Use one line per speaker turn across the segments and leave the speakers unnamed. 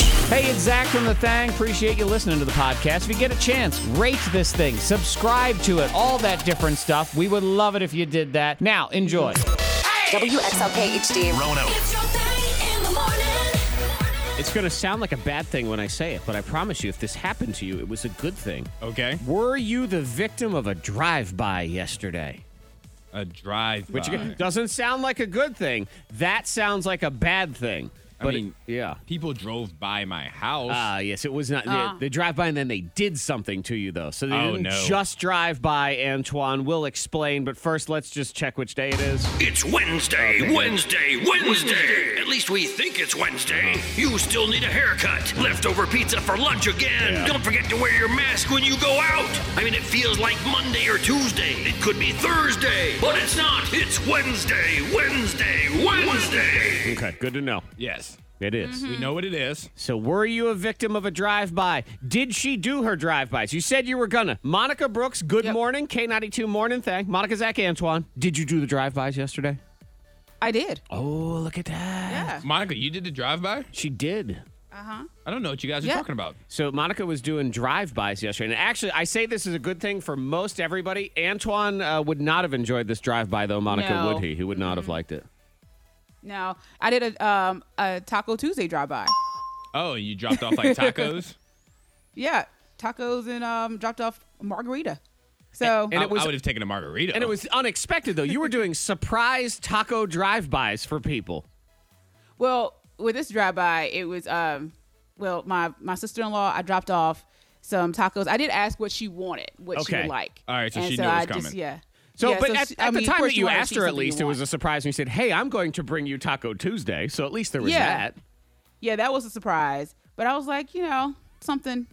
Hey, it's Zach from The Thang. Appreciate you listening to the podcast. If you get a chance, rate this thing, subscribe to it, all that different stuff. We would love it if you did that. Now, enjoy.
WXLK HD.
Rono.
It's your thing in the morning.
It's going to sound like a bad thing when I say it, but I promise you, if this happened to you, it was a good thing.
Okay.
Were you the victim of a drive by yesterday?
A drive.
Which
Uh.
doesn't sound like a good thing. That sounds like a bad thing.
I
But
mean,
it- yeah.
People drove by my house.
Ah, yes, it was not. they- They, drive by and then they did something to you, though. So they
Oh,
didn't
no.
just drive by, Antoine. We'll explain, but first, let's just check which day it is.
It's Wednesday, Wednesday, Wednesday. At least we think it's Wednesday.
Uh-huh.
You still need a haircut, leftover pizza for lunch again. Don't forget to wear your mask when you go out. I mean, it feels like Monday or Tuesday. It could be Thursday, but it's not. It's Wednesday, Wednesday, Wednesday.
Okay, good to know.
yes.
It is.
Hmm.
We know what it is.
So, were you a victim of a drive by? Did she do her drive bys? You said you were gonna. Monica Brooks, good morning. K92 morning thing. Monica Zach Antoine, did you do the drive bys yesterday?
I did.
Oh, look at that.
Yeah.
Monica, you did the drive by?
She did.
I don't know what you guys are
Yeah.
talking about.
So, Monica was doing drive bys yesterday. And actually, I say this is a good thing for most everybody. Antoine uh, would not have enjoyed this drive by, though, Monica,
No.
would he? He would not have liked it.
No, I did a um a Taco Tuesday drive by.
Oh, you dropped off like tacos?
Yeah, tacos and um dropped off margarita. So
And
I,
it was-
I would have taken a margarita.
And it was unexpected, though. You were doing surprise taco drive bys for people.
well with this drive by, it was um well my my sister in law I dropped off some tacos. I did ask what she wanted, what she
Okay.
would like.
All right, so
And
she knew it was
I just-
coming.
yeah.
So,
Yeah,
but at,
she-
at
I
the
mean, of
time
course
that
you
you
wanna
asked
see
her, at
something you
least, it was a
want.
surprise when you said, Hey, I'm going to bring you Taco Tuesday. So at least there was
Yeah.
that.
yeah, that was a surprise. But I was like, you know, something.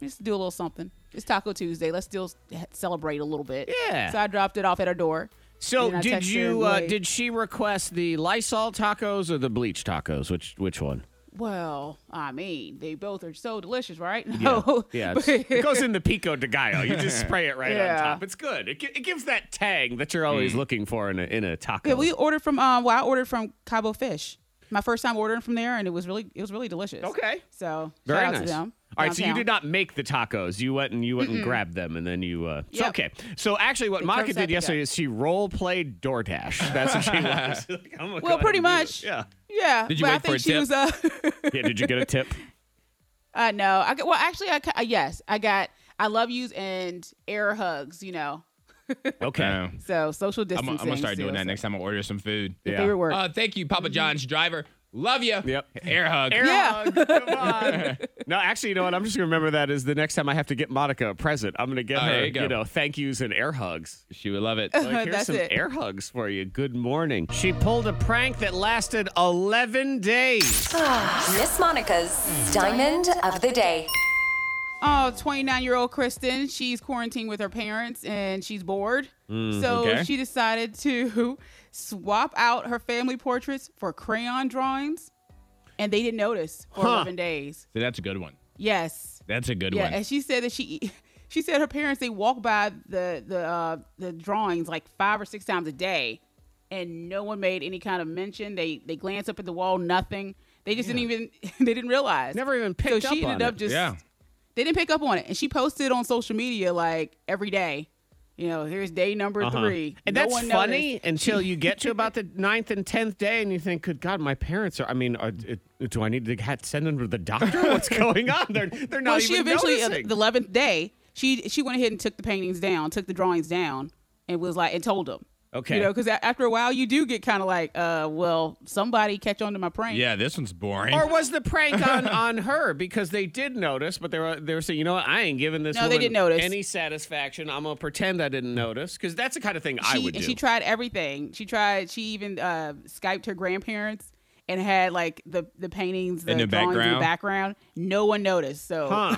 Let's do a little something. It's Taco Tuesday. Let's still celebrate a little bit.
Yeah.
So I dropped it off at her door.
So
And I
did
texted her
you
and
uh,
like-
did she request the Lysol tacos or the bleach tacos? Which which one?
Well, I mean, they both are so delicious, right? No.
Yeah,
But-
it's- it goes in the pico de gallo. You just spray it right
Yeah.
on top. It's good. It, gi- it gives that tang that you're
Mm.
always looking for in a in a taco.
Yeah, we ordered from. Um, well, I ordered from Cabo Fish. My first time ordering from there, and it was really, it was really delicious.
Okay.
So
Very
shout out
nice.
to them.
All right, so you
downtown.
did not make the tacos. You went and you went and grabbed them, and then you. Uh, it's
Yep.
Okay. So actually, what
They
Monica did
curbside pickup.
yesterday is she role played DoorDash. That's what she was. Like, I'm gonna go
Well,
ahead
pretty
and do this.
much.
Yeah.
Yeah.
Did you
but I
wait for
think
a
she
tip?
was. Uh,
Yeah. Did you get a tip?
uh, no. I got, well, actually, I ca- yes, I got. I love yous and air hugs. You know,
Okay.
Um,
so social
I'm,
distancing.
I'm gonna start doing
still,
that
so-
next time I order some food.
Your favorite word. Mm-hmm.
Uh, thank you, Papa John's driver. Love you.
Yep.
Air hug.
Air
Yeah.
hug. Come on. no, actually, you know what? I'm just gonna remember that is the next time I have to get Monica a present. I'm gonna get
Oh,
her,
there you go.
know, thank yous and air hugs.
She would love it.
Like, here's
That's
some
it.
air hugs for you. Good morning. She pulled a prank that lasted 11 days.
Ah, Miss Monica's Diamond of the Day.
Oh, 29 year old Kristen, she's quarantined with her parents and she's bored. so
okay.
she decided to swap out her family portraits for crayon drawings. And they didn't notice for 11 days.
So that's a good one.
Yes.
That's a good
yeah.
one.
And she said that she. She said her parents they walk by the the uh, the drawings like five or six times a day, and no one made any kind of mention. They they glance up at the wall, nothing. They just didn't even they didn't realize.
Never even
So
picked up
she
on
ended up
it.
just
Yeah.
they didn't pick up on it and she posted on social media like every day you know here's day number three
Uh-huh. And
No
that's
one
funny
noticed.
until you get to about the ninth and tenth day, and you think, "Good God, my parents are." I mean, are, it, do I need to ha- send them to the doctor? What's going on? They're they're not
well
even
she eventually uh,
noticing.
the 11th day she she went ahead and took the paintings down took the drawings down and was like and told them
Okay.
you know because after a while you do get kind of like uh well somebody catch on to my prank
yeah, this one's boring.
or was the prank on, on her because they did notice, but they were they were saying, you know what, I ain't giving this
No, they
woman
didn't notice.
any satisfaction. I'm gonna pretend I didn't notice because that's the kind of thing I
she
would do.
and she tried everything. She tried. She even uh, skyped her grandparents and had like the the paintings, the,
In the
drawings in the
background?
background. No one noticed. So
Huh.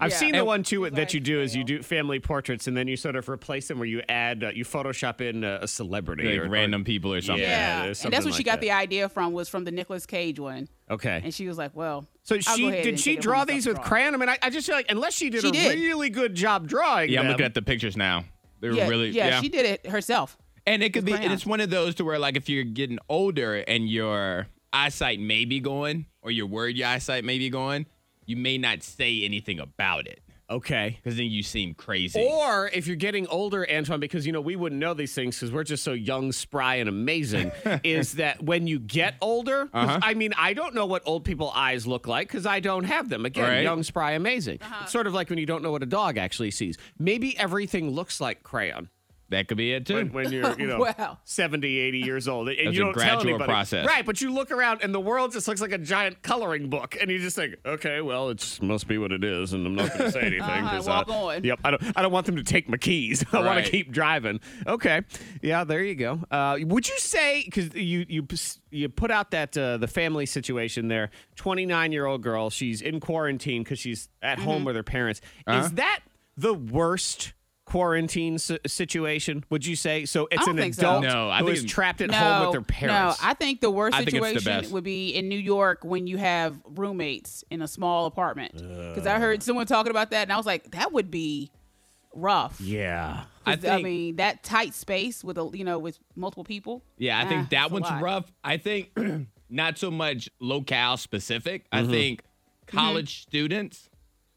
I've
Yeah.
seen the
And-
one too that you do is you do family portraits and then you sort of replace them where you add uh, you Photoshop in uh, a celebrity
like
or or-
random people or something.
Yeah.
Yeah,
there's
and that's
something
what she
like
got
that.
the idea from was from the Nicolas Cage one,
Okay.
and she was like, "Well,
So
I'll go
she
ahead
did
and
she
take it
draw
home and
these
stop
with
drawing."
crayon? I mean, I, I just feel like unless she did
She
a
did.
really good job drawing.
Yeah, I'm
them-
looking at the pictures now. They're
Yeah,
really
yeah, she did it herself.
And it could be, and
crayon.
it's one of those to where, like, if you're getting older and your eyesight may be going, or or you're worried your eyesight may be going, you may not say anything about it
Okay.
because then you seem crazy.
Oh.
Or if you're getting older, Antoine, because you know we wouldn't know these things because we're just so young, spry, and amazing, is that when you get older, 'cause,
Uh-huh.
I mean, I don't know what old people eyes look like because I don't have them. Again,
Right.
young, spry, amazing.
Uh-huh.
It's sort of like when you don't know what a dog actually sees. Maybe everything looks like crayon.
that could be it too.
when, when you're, you know,
Wow.
70, 80 years old. And
That's
you
a
don't tell
gradual
anybody.
process.
Right, but you look around and the world just looks like a giant coloring book. And you just think, okay, well, it must be what it is. And I'm not going to say anything.
Uh-huh,
'cause
walk
I-
on.
Yep, I don't, I don't want them to take my keys. I want
Right.
to keep driving. Okay. Yeah, there you go. Uh, would you say, because you, you, pus- you put out that uh, the family situation there, 29 year old girl, she's in quarantine because she's at
Mm-hmm.
home with her parents.
Uh-huh.
Is that the worst? quarantine si- situation would you say so it's
don't
an
think so.
adult
No, I
who
think
is
it-
trapped at
no,
home with their parents
No, I think the worst
I think it's the
situation
best.
would be in New York when you have roommates in a small apartment. Because I heard someone talking about that, and I was like, that would be rough.
yeah
'Cause,
I think-
mean, that tight space with a you know with multiple people.
Yeah, I
Ah,
think
it's
that
a
one's
lot.
rough. I think not so much locale specific. I
Mm-hmm.
think
Mm-hmm.
college students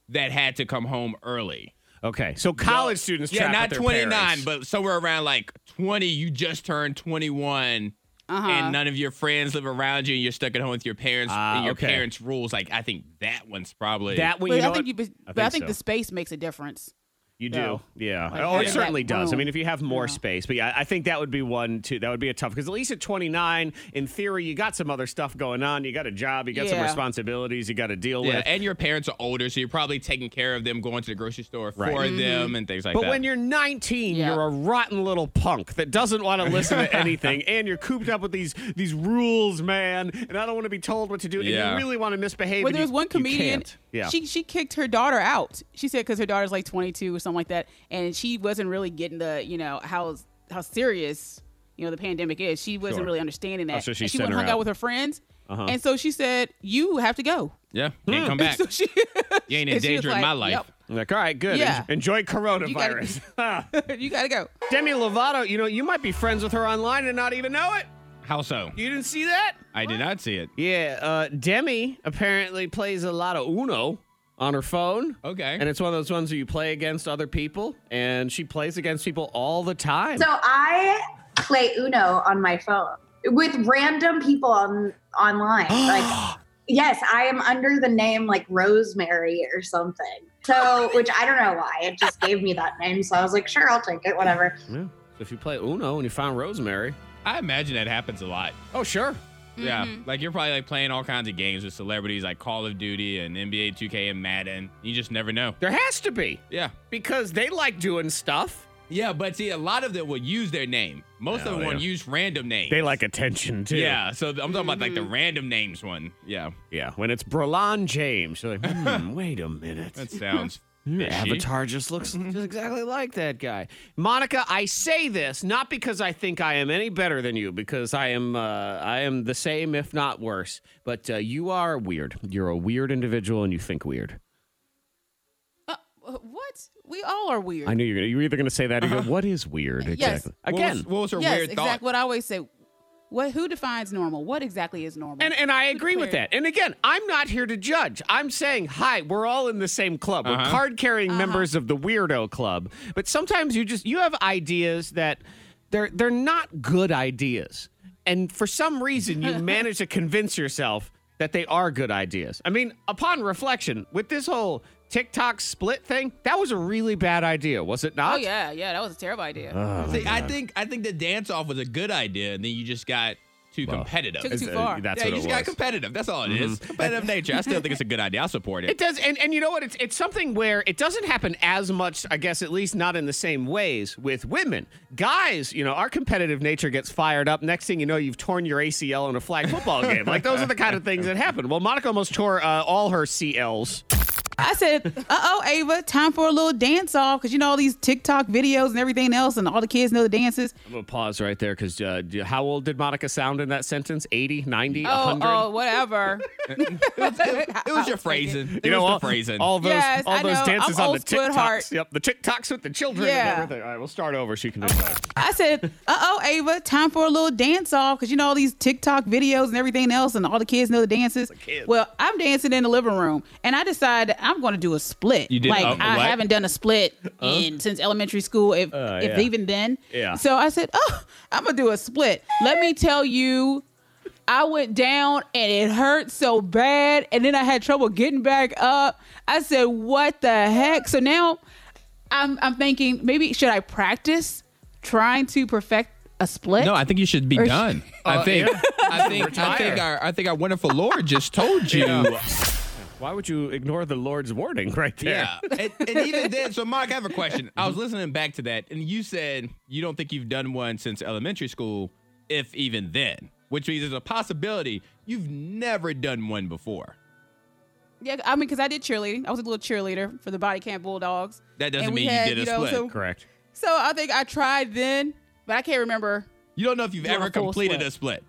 that had to come home early.
okay so college students
Yeah,
trapped
not
with their
29,
parents.
but somewhere around like 20, you just turned 21. And none of your friends live around you, and you're stuck at home with your parents.
Ah,
and your
okay.
parents' rules, like I think that one's probably
that
But
when you know
I think
what?
you, but I think,
so.
the space makes a difference.
You do,
though.
yeah.
Like,
oh, it
having
certainly
that
does. I mean,
room.
if you have more space, but yeah, I think that would be one too. That would be a tough because at least at 29, in theory, you got some other stuff going on. You got a job, you got some
Yeah.
responsibilities, you got to deal
Yeah,
with.
and your parents are older, so you're probably taking care of them, going to the grocery store for
Right.
them, and things like
But
that.
when you're 19,
Yeah.
you're a rotten little punk that doesn't want to listen to anything, and you're cooped up with these these rules, man. And I don't want to be told what to do.
Yeah.
And you really want to misbehave.
Well,
and
there was
you-
one
you
comedian.
can't. Yeah.
She she kicked her daughter out. She said because her daughter's like 22 or something like that, and she wasn't really getting the you know how how serious you know the pandemic is. She wasn't
Sure. Oh,
really understanding that.
so she
and she
sent
went
her
hung
out. Uh-huh.
out with her friends, and so she said, "You have to go."
yeah, can't come back.
So she
you ain't in
and she was
danger in my
like,
life.
"Yep,
I'm Mm. like, all right, good.
Yeah.
En- Enjoy coronavirus.
You you gotta go.
Demi Lovato, you know, you might be friends with her online and not even know it.
How so?
You didn't see that?
I did not see it.
Yeah, uh, Demi apparently plays a lot of Uno on her phone.
Okay.
And it's one of those ones where you play against other people, and she plays against people all the time.
So I play Uno on my phone with random people on online. Like, yes, I am under the name like Rosemary or something. So, which I don't know why it just gave me that name. So I was like, sure, I'll take it, whatever.
yeah. If you play Uno and you find Rosemary.
I imagine that happens a lot.
Oh, sure.
Yeah, like you're probably like playing all kinds of games with celebrities, like Call of Duty and NBA 2K and Madden. You just never know.
There has to be
Yeah,
because they like doing stuff.
yeah, but see, a lot of them will use their name. Most
No,
of
they
them will
don't.
use random names.
attention, too. Yeah.
Yeah, so I'm talking about like the
Mm-hmm.
random names one. Yeah,
Yeah. When it's Brelon James, you're like, hmm, wait a minute.
that sounds.
Yeah,
fishy.
Avatar just looks just exactly like that guy. Monica, I say this not because I think I am any better than you, because I am uh, I am the same, if not worse. But uh, you are weird. You're a weird individual, and you think weird.
Uh, what? We all are weird.
I knew you're gonna, you're either going to say that. Or go, what is weird exactly?
What
Again,
was, what was her
yes,
weird
exactly.
thought?
What I always say. What? Who defines normal? What exactly is normal?
And, and I agree with
clear.
that. And again, I'm not here to judge. I'm saying, hi, we're all in the same club. We're card
Uh-huh.
carrying members of the weirdo club. But sometimes you just you have ideas that they're they're not good ideas. And for some reason you manage to convince yourself that they are good ideas. I mean, upon reflection, with this whole TikTok split thing, that was a really bad idea, was it not?
oh yeah, yeah. That was a terrible idea.
Oh,
See, I think I think the dance off was a good idea, and then you just got too competitive.
Took it too far.
That's
yeah,
what it
you just got
was. Mm-hmm.
competitive. That's all it is. Competitive nature. I still think it's a good idea. I support it.
It does, and, and you know what? It's it's something where it doesn't happen as much, I guess, at least not in the same ways with women. Guys, you know, our competitive nature gets fired up. Next thing you know, you've torn your ACL in a flag football game. Like those are the kind of things that happen. Well, Monica almost tore uh, all her CLs.
I said, "Uh oh, Ava, time for a little dance off," because you know all these TikTok videos and everything else, and all the kids know the dances.
I'm going to pause right there because uh, do- how old did Monica sound in that sentence? 80, 90,
Oh,
100?
oh, whatever.
It was your phrasing. It
You know,
was
all,
the phrasing.
all those,
Yes,
all
I
those
know.
dances
I'm
on the
old school at heart.
TikToks. Yep, the TikToks with the children
Yeah.
and everything. All right, we'll start over. She can do better.
I said, "Uh oh, Ava, time for a little dance off," because you know all these TikTok videos and everything else, and all the kids know the dances. Well, I'm dancing in the living room, and I decided I'm going to do a split.
You did-
like
uh,
I
what?
haven't done a split in since elementary school, if, if
yeah.
even then.
Yeah.
So I said, "Oh, I'm gonna do a split." Let me tell you. I went down and it hurt so bad, and then I had trouble getting back up. I said, "What the heck?" So now I'm I'm thinking maybe should I practice trying to perfect a split?
No, I think you should be
Or-
done. I think.
Uh, yeah.
I think. I think our. I think our wonderful Lord just told you. Yeah.
Why would you ignore the Lord's warning right there?
And, and even then, so Mark, I have a question. I was listening back to that, and you said you don't think you've done one since elementary school, if even then, which means there's a possibility you've never done one before.
yeah, I mean because I did cheerleading. I was a little cheerleader for the Body Camp Bulldogs.
That doesn't
And we
mean you
had,
did a split.
So,
Correct.
so I think I tried then, but I can't remember.
You don't know if you've
Doing a
ever
full
completed
split.
a split.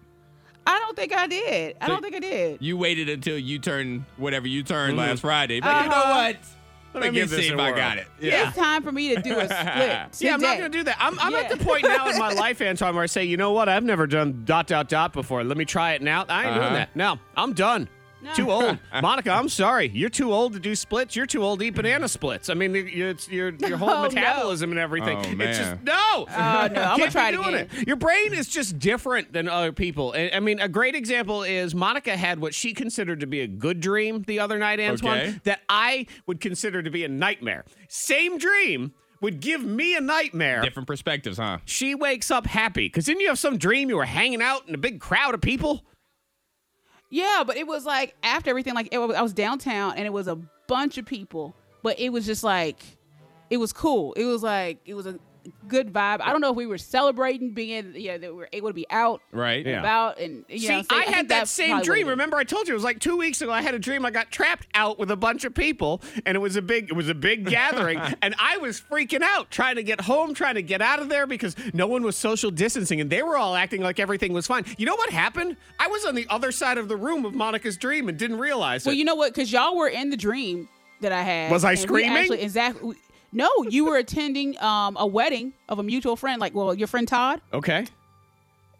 I don't think I did. I
So-
don't think I did.
You waited until you turned whatever you turned
Mm-hmm.
last Friday. But you know
Uh-huh.
what? Let,
me
me
give this
see
a
if I
whirl.
got it.
It's time for me to do a split.
Yeah, I'm not
today.
going to do that. I'm, I'm at
Yeah.
the point now in my life, Antoine, where I say, you know what? I've never done dot, dot, dot before. Let me try it now. I ain't doing
Uh-huh.
that. No, I'm done.
No.
Too old, Monica. I'm sorry. You're too old to do splits. You're too old to eat banana splits. I mean, you- it's your your whole
Oh, no.
metabolism and everything.
Oh,
It's just
man.
no. Oh no,
I'm gonna try it
doing
again.
it. Your brain is just different than other people. And, I mean, a great example is Monica had what she considered to be a good dream the other night, Antoine,
Okay.
that I would consider to be a nightmare. Same dream would give me a nightmare
Different perspectives, huh?
she wakes up happy because didn't you have some dream you were hanging out in a big crowd of people
Yeah, but it was like after everything, like it was, I was downtown and it was a bunch of people, but it was just like, it was cool. It was like, it was a good vibe. I don't know if we were celebrating being, yeah, that we were able to be out,
Right.
Yeah.
about, and you know,
see i had that same dream
remember?
remember i told you it was like two weeks ago i had a dream i got trapped out with a bunch of people and it was a big it was a big gathering and i was freaking out trying to get home trying to get out of there because no one was social distancing and they were all acting like everything was fine you know what happened i was on the other side of the room of monica's dream and didn't realize
Well,
it
you know what? Because y'all were in the dream that I had.
Was I
and we
screaming?
Actually, exactly. we- No, you were attending um, a wedding of a mutual friend, like well, your friend Todd,
okay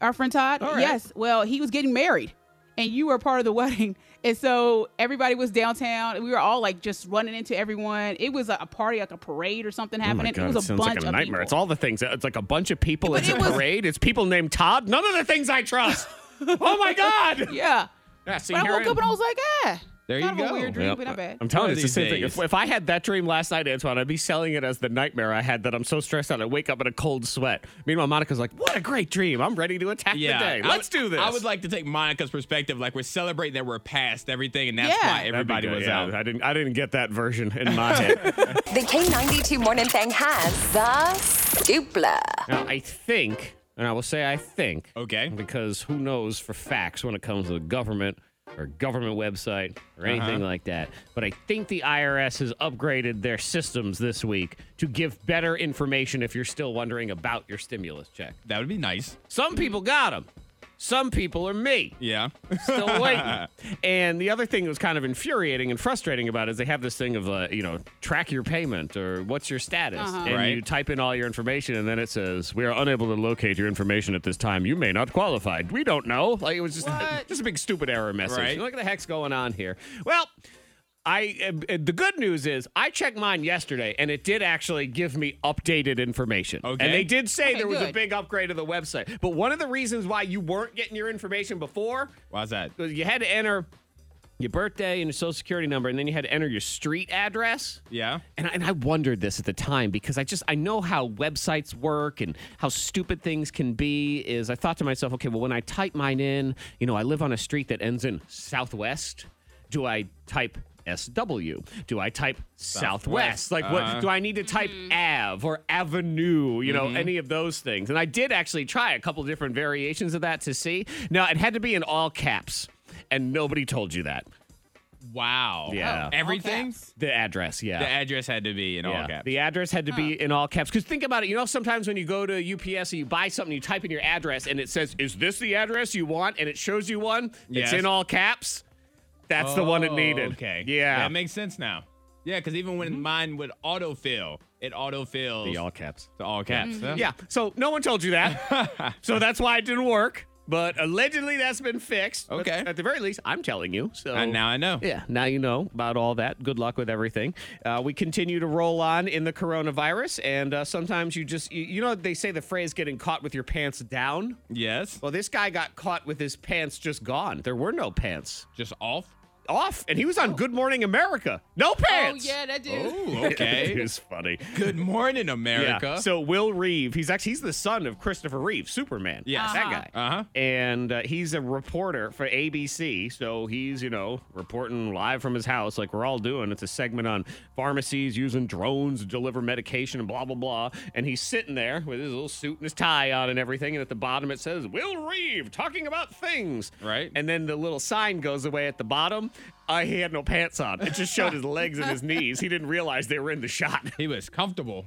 our friend Todd.
All right.
Yes. Well, he was getting married, and you were a part of the wedding, and so everybody was downtown, and we were all like just running into everyone. It was a, a party, like a parade or something
Oh
happening. it was a
sounds
bunch
like a
of
nightmare.
people.
It's all the things. It's like a bunch of people.
But
it's a
it was-
parade. It's people named Todd. None of the things I trust. oh my God!
yeah.
Yeah, see,
But I
here
woke
am.
up and I was like, ah.
There
kind
you
of
go.
a weird dream,
Yep.
but not bad.
I'm telling you, it's the
One of
same
these
thing. If,
days.
if I had that dream last night, Antoine, I'd be selling it as the nightmare I had that I'm so stressed out I wake up in a cold sweat. Meanwhile, Monica's like, "What a great dream! I'm ready to attack the day.
I
Let's
would-
do this."
I would like to take Monica's perspective. Like we're celebrating that we're past everything, and that's
Yeah.
why
That'd be
everybody
good,
was
yeah.
out.
I didn't. I didn't get that version in my head.
The K92 Morning Thing has the scoopla.
now, I think, and I will say, I think.
Okay.
because who knows for facts when it comes to the government or government website or anything like that. But I think the IRS has upgraded their systems this week to give better information if you're still wondering about your stimulus check.
That would be nice.
Some people got them. Some people are me
Yeah.
still waiting. and the other thing that was kind of infuriating and frustrating about it is they have this thing of uh, you know track your payment or what's your status,
Uh-huh.
and
Right.
you type in all your information, and then it says we are unable to locate your information at this time. You may not qualify. We don't know. Like it was just
What?
just a big stupid error message.
Right.
Look at the heck's going on here. Well. I uh, uh, the good news is I checked mine yesterday and it did actually give me updated information.
Okay.
And they did say
Okay,
there was a
good.
big upgrade of the website. But one of the reasons why you weren't getting your information before
Why's that?
was you had to enter your birthday and your social security number, and then you had to enter your street address.
Yeah.
And I, and I wondered this at the time because I just I know how websites work and how stupid things can be. Is I thought to myself, okay, well, when I type mine in, you know, I live on a street that ends in Southwest. Do I type SW? Do I type Southwest?
Southwest,
Like, what do I need to type Ave or Avenue? You know, any of those things. And I did actually try a couple different variations of that to see. Now it had to be in all caps, and nobody told you that.
Wow.
Oh,
Yeah.
Everything?
The address, yeah.
The address had to be in all
Yeah.
caps.
The address had to be in all caps. Because think about it. You know, sometimes when you go to UPS and you buy something, you type in your address and it says, Is this the address you want? And it shows you one.
Yes.
It's in all caps. That's the one it
Oh,
needed.
Okay.
Yeah.
That makes sense now. Yeah, because even when
Mm-hmm.
mine would autofill, it autofills
the all caps.
to all caps.
Mm-hmm.
huh?
Yeah. So no one told you that. so that's why it didn't work. But allegedly that's been fixed. But
Okay.
at the very least, I'm telling you. So
And now I know.
Yeah, now you know about all that. Good luck with everything. Uh, we continue to roll on in the coronavirus, and uh, sometimes you just, you, you know, they say the phrase getting caught with your pants down.
Yes.
Well, this guy got caught with his pants just gone. There were no pants
Just off.
off, and he was on Good Morning America. No
Oh
pants.
yeah, that dude.
Oh,
it
okay.
is funny.
Good morning, America.
Yeah. So Will Reeve, he's actually he's the son of Christopher Reeve, Superman.
Yes.
that guy.
Uh-huh.
And uh, he's a reporter for ABC, so he's you know reporting live from his house, like we're all doing. It's a segment on pharmacies using drones to deliver medication and blah blah blah. And he's sitting there with his little suit and his tie on and everything. And at the bottom it says Will Reeve talking about things.
Right.
And then the little sign goes away at the bottom. Uh, he had no pants on. It just showed his legs and his knees. He didn't realize they were in the shot.
he was comfortable.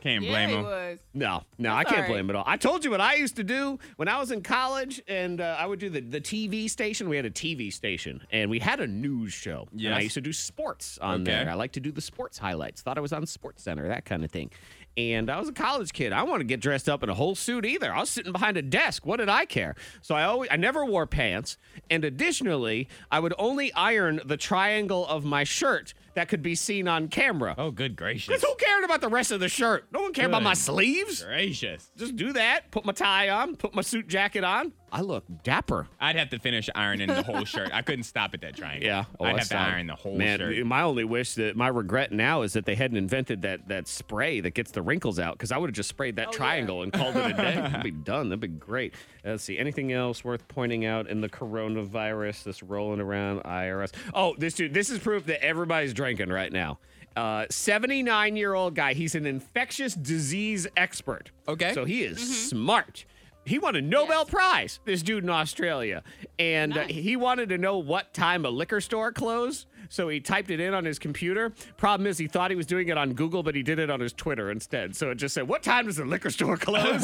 Can't
Yeah,
blame
he
him.
was.
No, no, I can't
all right.
blame it all. I told you what I used to do when I was in college, and uh, I would do the, the TV station. We had a TV station, and we had a news show. And I
Yes.
used to do sports on
Okay.
there. I like to do the sports highlights. Thought I was on Sports Center, that kind of thing. And I was a college kid. I want to get dressed up in a whole suit either. I was sitting behind a desk. What did I care? So I always, I never wore pants. And additionally, I would only iron the triangle of my shirt that could be seen on camera.
Oh, good gracious.
Because who cared about the rest of the shirt? No one cared about
Good.
my sleeves.
gracious.
Just do that. Put my tie on. Put my suit jacket on. I look dapper.
I'd have to finish ironing the whole shirt. I couldn't stop at that triangle. I'd have to iron the whole
Oh, Man,
shirt.
my only wish that my regret now is that they hadn't invented that that spray that gets the wrinkles out because I would have just sprayed that triangle and called it a day. That'd be done. That'd be great. Uh, Let's see. Anything else worth pointing out in the coronavirus that's rolling around IRS? Oh, this dude. This is proof that everybody's drinking right now. Uh, 79 year old guy. He's an infectious disease expert.
Okay.
So he is
Mm-hmm.
smart. He won a Nobel Prize, this dude in Australia. And uh, he wanted to know what time a liquor store closed. So he typed it in on his computer. Problem is, he thought he was doing it on Google, but he did it on his Twitter instead. So it just said, What time does the liquor store close?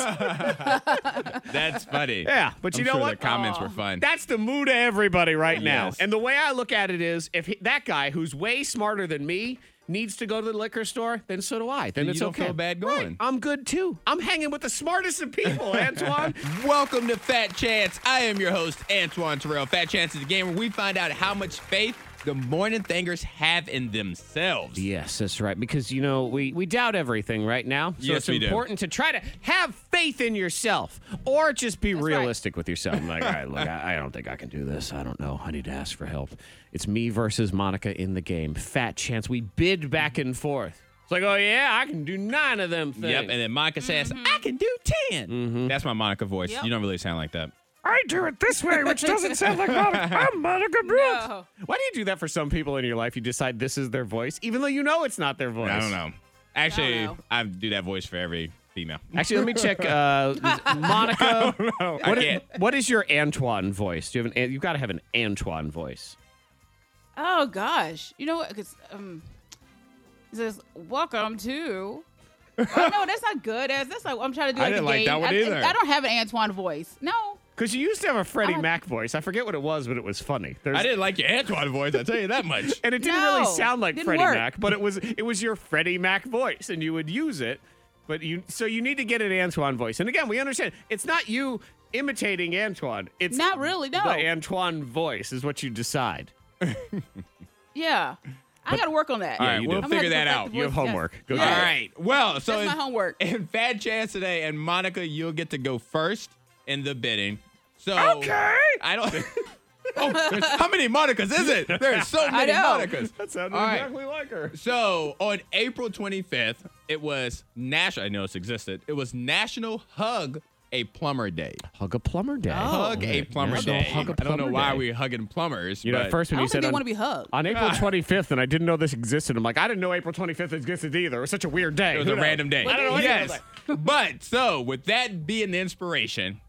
That's funny.
Yeah, but
I'm
you know
sure
what?
The comments were fun.
That's the mood of everybody right now.
Yes.
And the way I look at it is if he, that guy who's way smarter than me needs to go to the liquor store, then so do I. Then
You
it's
don't
okay.
feel bad
Right.
going.
I'm good too. I'm hanging with the smartest of people, Antoine.
Welcome to Fat Chance. I am your host, Antoine Terrell. Fat Chance is a game where we find out how much faith the morning thangers have in themselves.
Yes, that's right. Because you know we we doubt everything right now, so
Yes,
it's
we do.
important to try to have faith in yourself, or just be
right.
realistic with yourself. like, all right, look, I, I don't think I can do this. I don't know. I need to ask for help. It's me versus Monica in the game. Fat chance. We bid back and forth. It's like, oh yeah, I can do nine of them things.
Yep. And then Monica says,
Mm-hmm.
I can do 10. That's my Monica voice. You don't really sound like that.
I do it this way, which doesn't sound like Monica. I'm Monica Brooks.
No.
Why do you do that for some people in your life? You decide this is their voice, even though you know it's not their voice.
I don't know. Actually, I,
know.
do that voice for every female.
Actually, let me check. Uh, Monica, what,
I
is,
can't.
what is your Antoine voice? Do you have an? You got to have an Antoine voice.
Oh gosh, you know what? Because um, it says welcome to. oh no, that's not good. As that's like I'm trying to do.
I
Like
didn't
the
like
game.
that one
I-
either.
I, don't have an Antoine voice. No.
Because you used to have a Freddie
Oh.
Mac voice. I forget what it was, but it was funny. There's,
I didn't like your Antoine voice, I'll tell you that much.
and it didn't really
No,
sound like
didn't
Freddie
work.
Mac, but it was it was your Freddie Mac voice, and you would use it. But you so you need to get an Antoine voice. And again, we understand it's not you imitating Antoine. It's
Not really, no.
The Antoine voice is what you decide.
Yeah. I got to work on that.
All right,
you
we'll
do. I'm
gonna
figure
have
that
to
out.
perfect the
You have
Voice, yes.
homework. Go
All
get it.
right. Well, so
That's my
in-
homework.
In Fat Chance today, and Monica, you'll get to go first in the bidding. So
Okay.
I don't. oh, there's- how many Monicas is it? There's so many
know.
Monicas.
That sounded
All right.
exactly like her.
So on April 25th, it was national. I know this existed. It was National Hug a Plumber Day.
Hug a plumber day.
Hug a Plumber
Oh. National
Day.
Hug a
Oh. I don't know
Plumber
why
Day.
we're hugging plumbers.
You know,
but- Ah.
at first when
I
you
don't
said
think they
on,
want to be hugged.
on April 25th, and I didn't know this existed. I'm like, I didn't know April 25th existed either. It was such a weird day.
It was
Who
a
knows?
random day.
I don't know. what it
yes.
was.
but so, with that being the inspiration,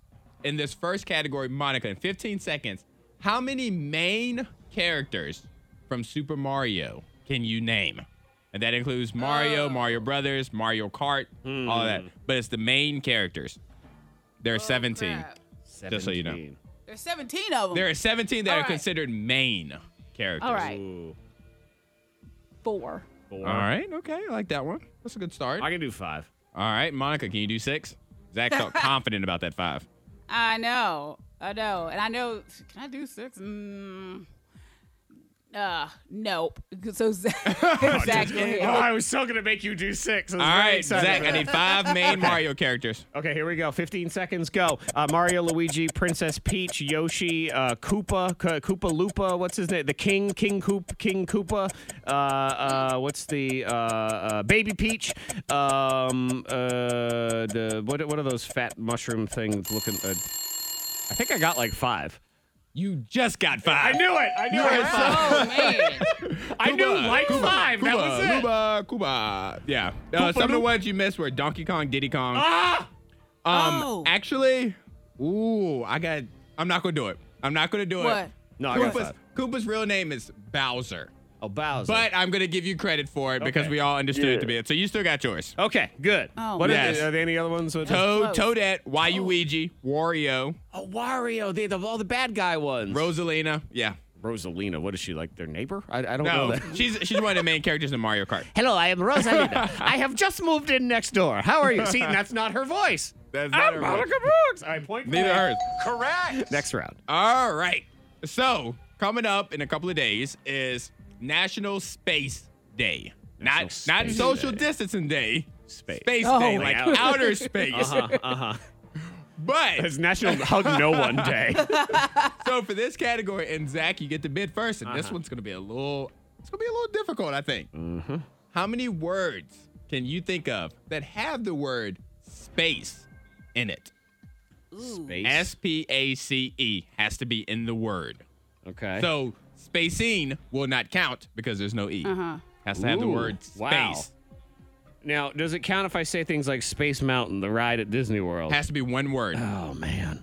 in this first category, Monica, in 15 seconds, how many main characters from Super Mario can you name? And that includes Mario,
Uh.
Mario Brothers, Mario Kart, all that.
Hmm.
But it's the main characters. There are 17.
Oh, crap.
Just so you know.
17.
There's 17 of them.
There are 17 that
All
are
right.
considered main characters.
All right.
Ooh,
Four.
four.
All right. Okay. I like that one. That's a good start.
Uh-huh. I can do five.
All right. Monica, can you do six? Zach felt confident about that five.
I know. I know. And I know. Can I do six? Mm, uh, nope. So Zach, Zach go
Oh,
ahead.
I was so gonna make you do six. I was
All
very
right,
excited
Zach,
for
I
that.
need five main Mario characters.
Okay, here we go. 15 seconds, go. Uh, Mario, Luigi, Princess Peach, Yoshi, uh, Koopa, K- Koopa Lupa, what's his name? The King, King Koop, King Koopa. Uh, uh, what's the uh, uh, Baby Peach? Um, uh, the what? What are those fat mushroom things looking? Uh, I think I got like five.
You just got five.
I knew it. I knew it.
Oh, man.
I knew like five. that was it.
Cuba, Cuba. Yeah. Uh, some of the ones you missed were Donkey Kong, Diddy Kong. Ah! Um,
Oh.
Actually, ooh, I got. I'm not gonna do it. I'm not gonna do
What?
it.
No, I got
Koopa's,
five.
Koopa's real name is Bowser,
Oh, Bowser.
but I'm gonna give you credit for it because
Okay.
we all understood it to be it. So you still got yours.
okay, good.
Oh,
what
yes.
are, there, are there any other ones? with-
Toad,
close.
Toadette, Waluigi, Wario,
Oh, Wario. They, the, all the bad guy ones.
Rosalina. Yeah.
Rosalina. What is she like? Their neighbor? I, I don't know
No,
that.
she's she's one of the main characters in Mario Kart.
Hello, I am Rosalina. I have just moved in next door. How are you? See, that's not her voice.
That's not her voice.
Brooks. I point.
Neither
blank.
hers.
Next round.
All right. So coming up in a couple of days is National Space Day. not
National
not
Space
social
Day.
distancing day.
Space.
Space
Oh
day,
my
like
God.
outer space.
Uh huh.
But
It's National Hug No One Day.
so for this category, and Zach, you get to bid first, and
Uh-huh.
this one's gonna be a little, it's gonna be a little difficult, I think.
Mm-hmm.
How many words can you think of that have the word space in it? S P A C E has to be in the word.
Okay.
So spacing will not count because there's no e. Uh-huh. Has to have the
Ooh,
word space.
wow. now, does it count if I say things like Space Mountain, the ride at Disney World?
Has to be one word.
oh man.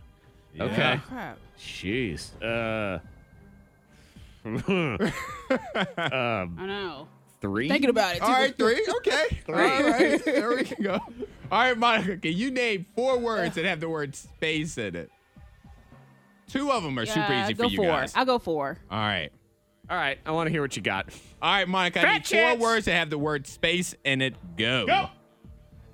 Yeah.
Okay.
Crap.
Jeez. Uh.
I know.
Three.
Thinking about it.
All right, three. Okay. All right. There we can go. All right, Monica, can you name four words that have the word space in it? Two of them are super
Yeah,
easy for
go
you
four.
guys.
I'll go four.
All right.
All right. I want to hear what you got.
All right, Monica, I
Fat
need four
chance.
words that have the word space in it. Go. Go.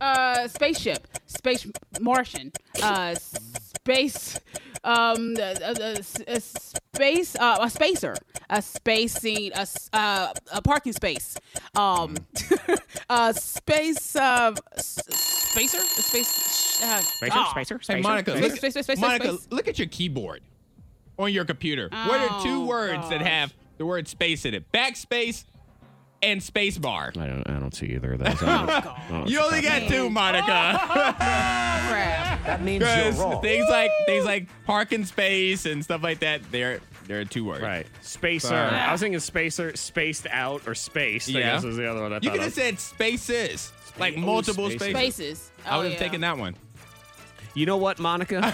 Uh, spaceship, space Martian, uh, space, um, uh, uh, uh, s- uh, space, uh, a spacer, a space scene, a, s- uh, a parking space, um, a space, uh, s- spacer, a space, sh- uh,
Spacer.
ah.
Spacer. Spacer.
Hey, Monica,
spacer.
look,
Space, space, space,
Monica,
space.
look at your keyboard on your computer. what are two
Oh,
words that
gosh.
have the word space in it? Backspace and space bar.
I don't. I don't see either of those. I don't- I
Oh,
don't
You only got two, Monica.
Crap.
Because things like things like parking space and stuff like that, they're they're two words.
Right. Spacer.
Sorry.
I was thinking spacer, spaced out or spaced. I
Yeah.
guess was the other one I
You
thought
could have
of.
said spaces, like
Oh,
multiple
spaces.
spaces.
Spaces.
I
Oh,
would have
yeah.
taken that one.
You know what, Monica?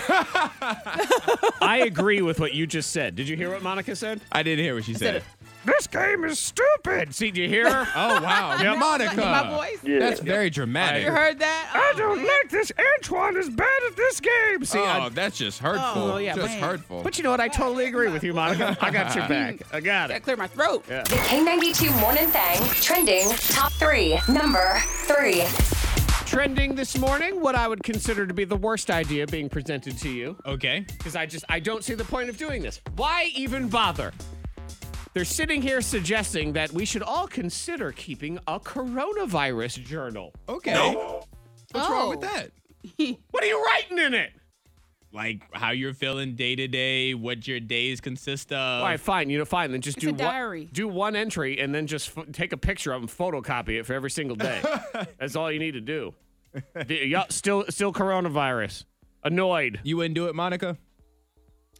I agree with what you just said. Did you hear what Monica said?
I didn't hear what she said.
it.
This game is stupid. See, did you hear her?
Oh wow,
Yep.
Monica.
My voice.
That's very dramatic.
You heard that? Oh,
like this. Antoine is bad at this game. See,
oh,
I,
that's just hurtful.
Oh, yeah,
just
man.
hurtful.
but you know what? I totally agree with you, Monica. I got your back. I got
gotta
it.
clear my throat.
The K92 Morning Thang trending top three. Number three.
Trending this morning, what I would consider to be the worst idea being presented to you.
okay.
because I just I don't see the point of doing this. Why even bother? They're sitting here suggesting that we should all consider keeping a coronavirus journal.
Okay. What's wrong with that?
What are you writing in it?
Like how you're feeling day to day, what your days consist of.
All right, fine. You know, fine. Then just
It's
do
a
one,
diary.
do one entry and then just f- take a picture of them, photocopy it for every single day. That's all you need to do. D- yeah, still, still coronavirus. Annoyed.
You wouldn't do it, Monica?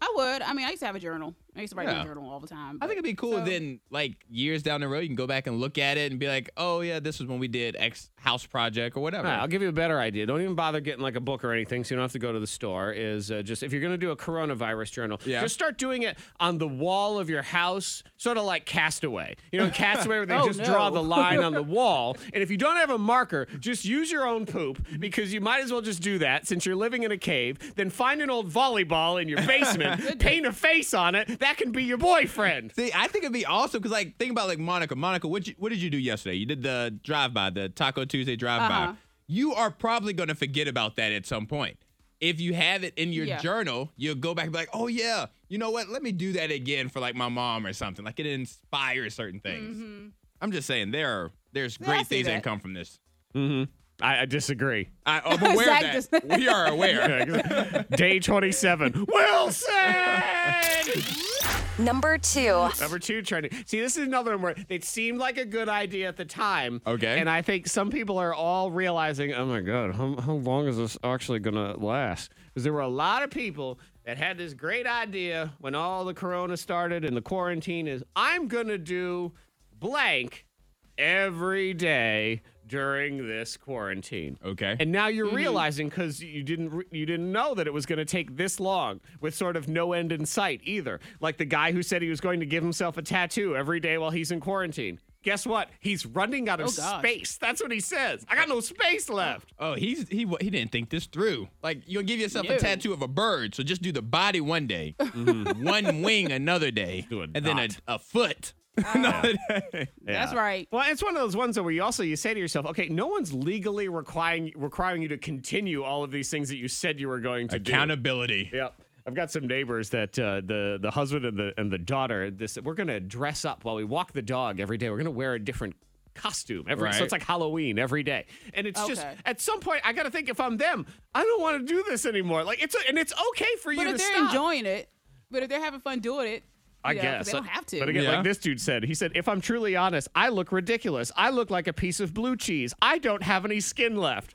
I would. I mean, I used to have a journal. I used to write
Yeah.
my journal all the time.
I think it'd be cool then, like years down the road, you can go back and look at it and be like, oh, yeah, this was when we did X house project or whatever.
All
Ah,
right, I'll give you a better idea. Don't even bother getting like a book or anything, so you don't have to go to the store. Is uh, just if you're going to do a coronavirus journal,
Yeah.
just start doing it on the wall of your house, sort of like Castaway. You know, Castaway, where they
Oh,
just draw
no.
the line on the wall. And if you don't have a marker, just use your own poop because you might as well just do that since you're living in a cave. Then find an old volleyball in your basement, paint a face on it. That can be your boyfriend.
See, I think it'd be awesome because, like, think about like Monica. Monica, what you, what did you do yesterday? You did the drive by, the Taco Tuesday drive by.
Uh-huh.
You are probably gonna forget about that at some point. If you have it in your
Yeah.
journal, you'll go back and be like, "Oh yeah, you know what? Let me do that again for like my mom or something." Like it inspires certain things. I'm just saying there are there's
Mm-hmm. I
great
see
things that.
that.
come from this.
I, I disagree.
I, I'm aware
Zach
of
just-
that. we are aware.
Day 27. Wilson!
Number two.
Number two, trending. See, this is another one where it seemed like a good idea at the time.
Okay.
And I think some people are all realizing, oh my God, how, how long is this actually going to last? Because there were a lot of people that had this great idea when all the corona started and the quarantine is, I'm going to do blank every day during this quarantine.
Okay.
And now
Mm-hmm.
you're realizing because you didn't re- you didn't know that it was going to take this long with sort of no end in sight either. Like the guy who said he was going to give himself a tattoo every day while he's in quarantine. Guess what? He's running out of
Oh, gosh.
space. That's what he says. I got no space left.
Oh, he's he wa- he didn't think this through. Like you'll give yourself a
No.
tattoo of a bird, so just do the body one day, one wing another day,
Mm-hmm. do a
and then a,
dot.
a foot. another day.
That's right.
Well, it's one of those ones though, where you also you say to yourself, okay, no one's legally requiring requiring you to continue all of these things that you said you were going to do.
Accountability.
Yep. I've got some neighbors that uh, the the husband and the and the daughter. This we're gonna dress up while we walk the dog every day. We're gonna wear a different costume every so
Right.
it's like Halloween every day. And it's just
Okay.
at some point I gotta think if I'm them, I don't want to do this anymore. Like it's and it's okay for you
But
to
if they're
stop.
enjoying it, but if they're having fun doing it,
I
you know, 'cause
guess
they don't have to.
But again,
Yeah.
like this dude said, he said, "If I'm truly honest, I look ridiculous. I look like a piece of blue cheese. I don't have any skin left.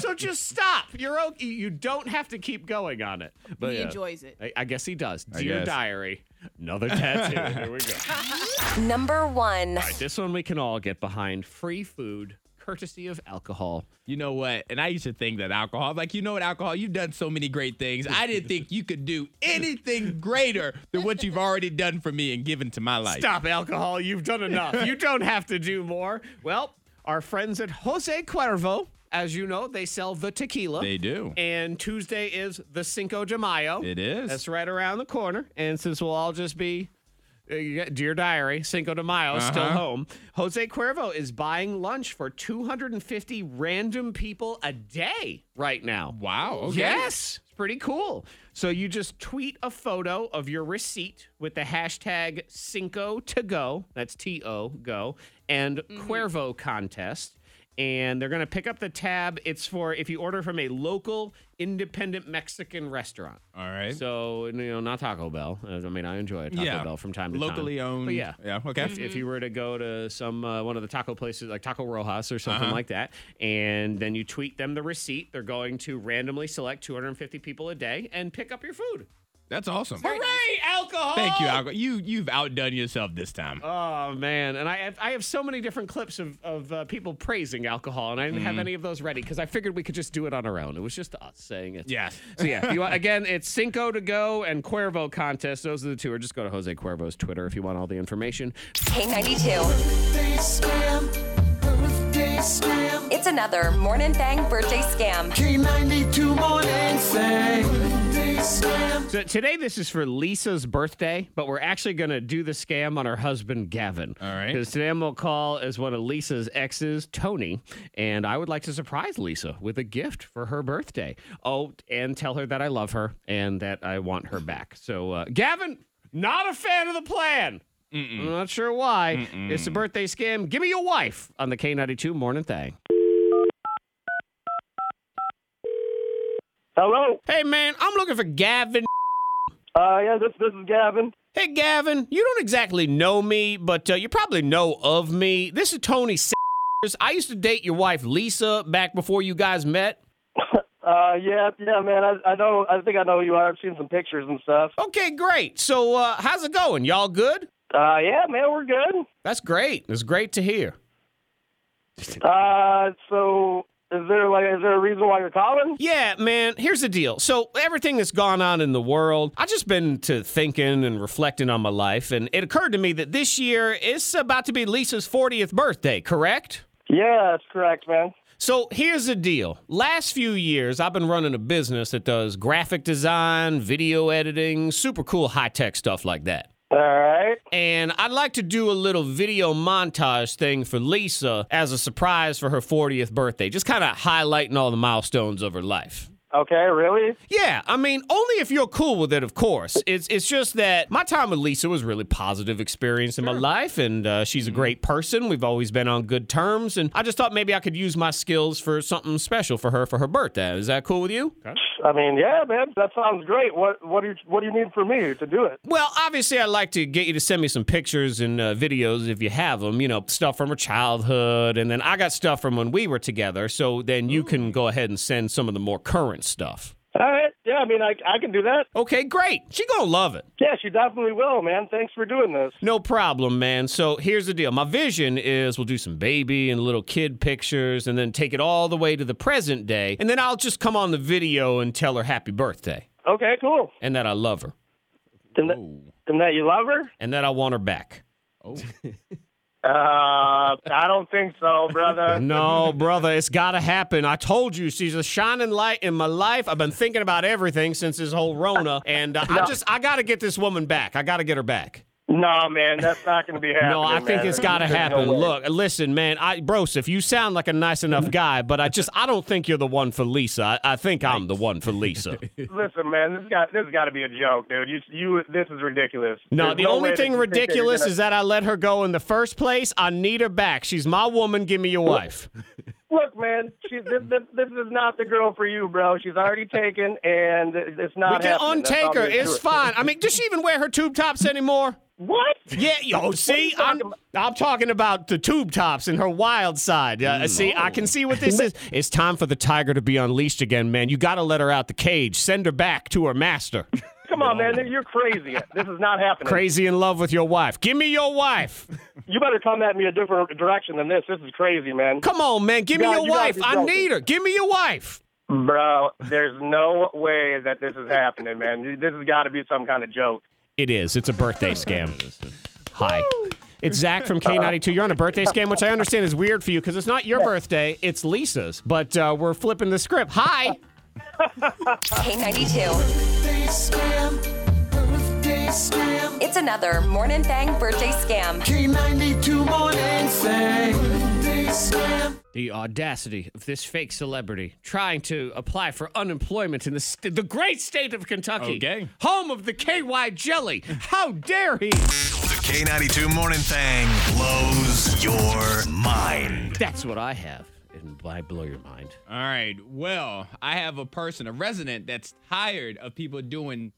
so just stop. You're okay. You don't have to keep going on it." But
he
yeah.
enjoys it.
I, I guess he does. Dear
guess.
Diary, another tattoo. There we go. All
Number one.
right, this one we can all get behind. Free food, courtesy of alcohol.
You know what? And I used to think that alcohol, like you know what, alcohol, you've done so many great things. I didn't think you could do anything greater than what you've already done for me and given to my life.
Stop, alcohol. You've done enough. you don't have to do more. Well, our friends at Jose Cuervo, as you know, they sell the tequila.
They do.
And Tuesday is the Cinco de Mayo.
It is.
That's right around the corner. And since we'll all just be, uh, you got Dear Diary, Cinco de Mayo, still
Uh-huh.
home, Jose Cuervo is buying lunch for 250 random people a day right now.
Wow. Okay.
Yes. It's pretty cool. So you just tweet a photo of your receipt with the hashtag Cinco to go. That's T O go and
Mm-hmm.
Cuervo contest. And they're going to pick up the tab. It's for if you order from a local independent Mexican restaurant.
All right.
So, you know, not Taco Bell. I mean, I enjoy a Taco
Yeah.
Bell from time to time.
Locally owned.
But yeah.
Yeah. Okay.
If, if you were to go to some uh, one of the taco places like Taco Rojas or something
Uh-huh.
like that, and then you tweet them the receipt, they're going to randomly select 250 people a day and pick up your food.
That's awesome.
Hooray, alcohol!
Thank you, alcohol. You you've outdone yourself this time.
Oh man, and I have, I have so many different clips of of uh, people praising alcohol, and I didn't have
Mm.
any of those ready because I figured we could just do it on our own. It was just us saying it.
Yes.
So yeah, if you want, again, it's Cinco to Go and Cuervo contest. Those are the two. Or just go to Jose Cuervo's Twitter if you want all the information.
K92. It's another Morning Thang birthday scam.
So today, this is for Lisa's birthday, but we're actually going to do the scam on her husband, Gavin.
All right.
Because today I'm going to call as one of Lisa's exes, Tony, and I would like to surprise Lisa with a gift for her birthday. Oh, and tell her that I love her and that I want her back. So, uh, Gavin, not a fan of the plan. I'm not sure why. It's a birthday scam. Give me your wife on the K92 Morning Thing.
Hello.
Hey, man, I'm looking for Gavin.
Uh, yeah, this this is Gavin.
Hey, Gavin, you don't exactly know me, but uh, you probably know of me. This is Tony Sanders. I used to date your wife, Lisa, back before you guys met.
Uh, yeah, yeah, man. I, I know. I think I know who you are. I've seen some pictures and stuff.
Okay, great. So uh, how's it going? Y'all good?
Uh, yeah, man, we're good.
That's great. It's great to hear.
Uh, so is there like is there a reason why you're calling?
Yeah, man, here's the deal. So, everything that's gone on in the world, I've just been to thinking and reflecting on my life, and it occurred to me that this year is about to be Lisa's 40th birthday, correct?
Yeah, that's correct, man.
So here's the deal. Last few years, I've been running a business that does graphic design, video editing, super cool high tech stuff like that.
All right.
And I'd like to do a little video montage thing for Lisa as a surprise for her 40th birthday, just kind of highlighting all the milestones of her life.
Okay, really?
Yeah, I mean, only if you're cool with it, of course. It's it's just that my time with Lisa was really positive experience in my life, and uh, she's a great person. We've always been on good terms, and I just thought maybe I could use my skills for something special for her for her birthday. Is that cool with you?
I mean, yeah, man. That sounds great. What what do you what do you need from me to do it?
Well, obviously, I'd like to get you to send me some pictures and uh, videos if you have them. You know, stuff from her childhood, and then I got stuff from when we were together. So then you can go ahead and send some of the more current stuff.
All right. Yeah, I mean, I I can do that.
Okay, great. She gonna love it.
Yeah, she definitely will, man. Thanks for doing this.
No problem, man. So here's the deal. My vision is we'll do some baby and little kid pictures and then take it all the way to the present day. And then I'll just come on the video and tell her happy birthday
Okay, cool.
and that I love her
And that, and that you love her?
and that I want her back.
Uh, I don't think so, brother.
No, brother, it's got to happen. I told you she's a shining light in my life. I've been thinking about everything since this whole Rona. And uh, I just, I got to get this woman back. I got to get her back.
no, man, that's not going to be happening.
No, I think
man.
it's got to
There's no
happen.
way.
Look, listen, man, I Bros, if you sound like a nice enough guy, but I just I don't think you're the one for Lisa. I, I think I'm the one for Lisa.
Listen, man, this got this got to be a joke, dude. You you this is ridiculous.
No,
There's
the
way
only
that
thing
you think that you're
ridiculous
gonna-
is that I let her go in the first place. I need her back. She's my woman. Give me your wife.
Look, man, she, this, this, this is not the girl for you, bro. She's already taken, and it's
We
not.
can
happening. That's all
untake her.
there is to
It's
it.
fine. I mean, does she even wear her tube tops anymore?
What?
Yeah, yo, see, I'm, I'm talking about the tube tops and her wild side.
Mm,
Uh, See, I
oh.
can see what this is. It's time for the tiger to be unleashed again, man. You got to let her out the cage. Send her back to her master.
Come on, man, you're crazy. This is not happening.
Crazy in love with your wife. Give me your wife.
You better come at me a different direction than this. This is crazy, man.
Come on, man. Give me
You
your
gotta- you gotta
wife.
be
I
joking.
need her. Give me your wife.
Bro, there's no way that this is happening, man. This has got to be some kind of joke.
It is. It's a birthday scam. Hi. It's Zach from K92. You're on a birthday scam, which I understand is weird for you because it's not your birthday, it's Lisa's. But uh, we're flipping the script. Hi.
K92. It's another morning thing birthday scam.
The audacity of this fake celebrity trying to apply for unemployment in the, st- the great state of Kentucky,
Okay.
home of the KY Jelly. How dare he?
The K92 Morning Thang blows your mind.
That's what I have. And I blow your mind.
All right. Well, I have a person, a resident, that's tired of people doing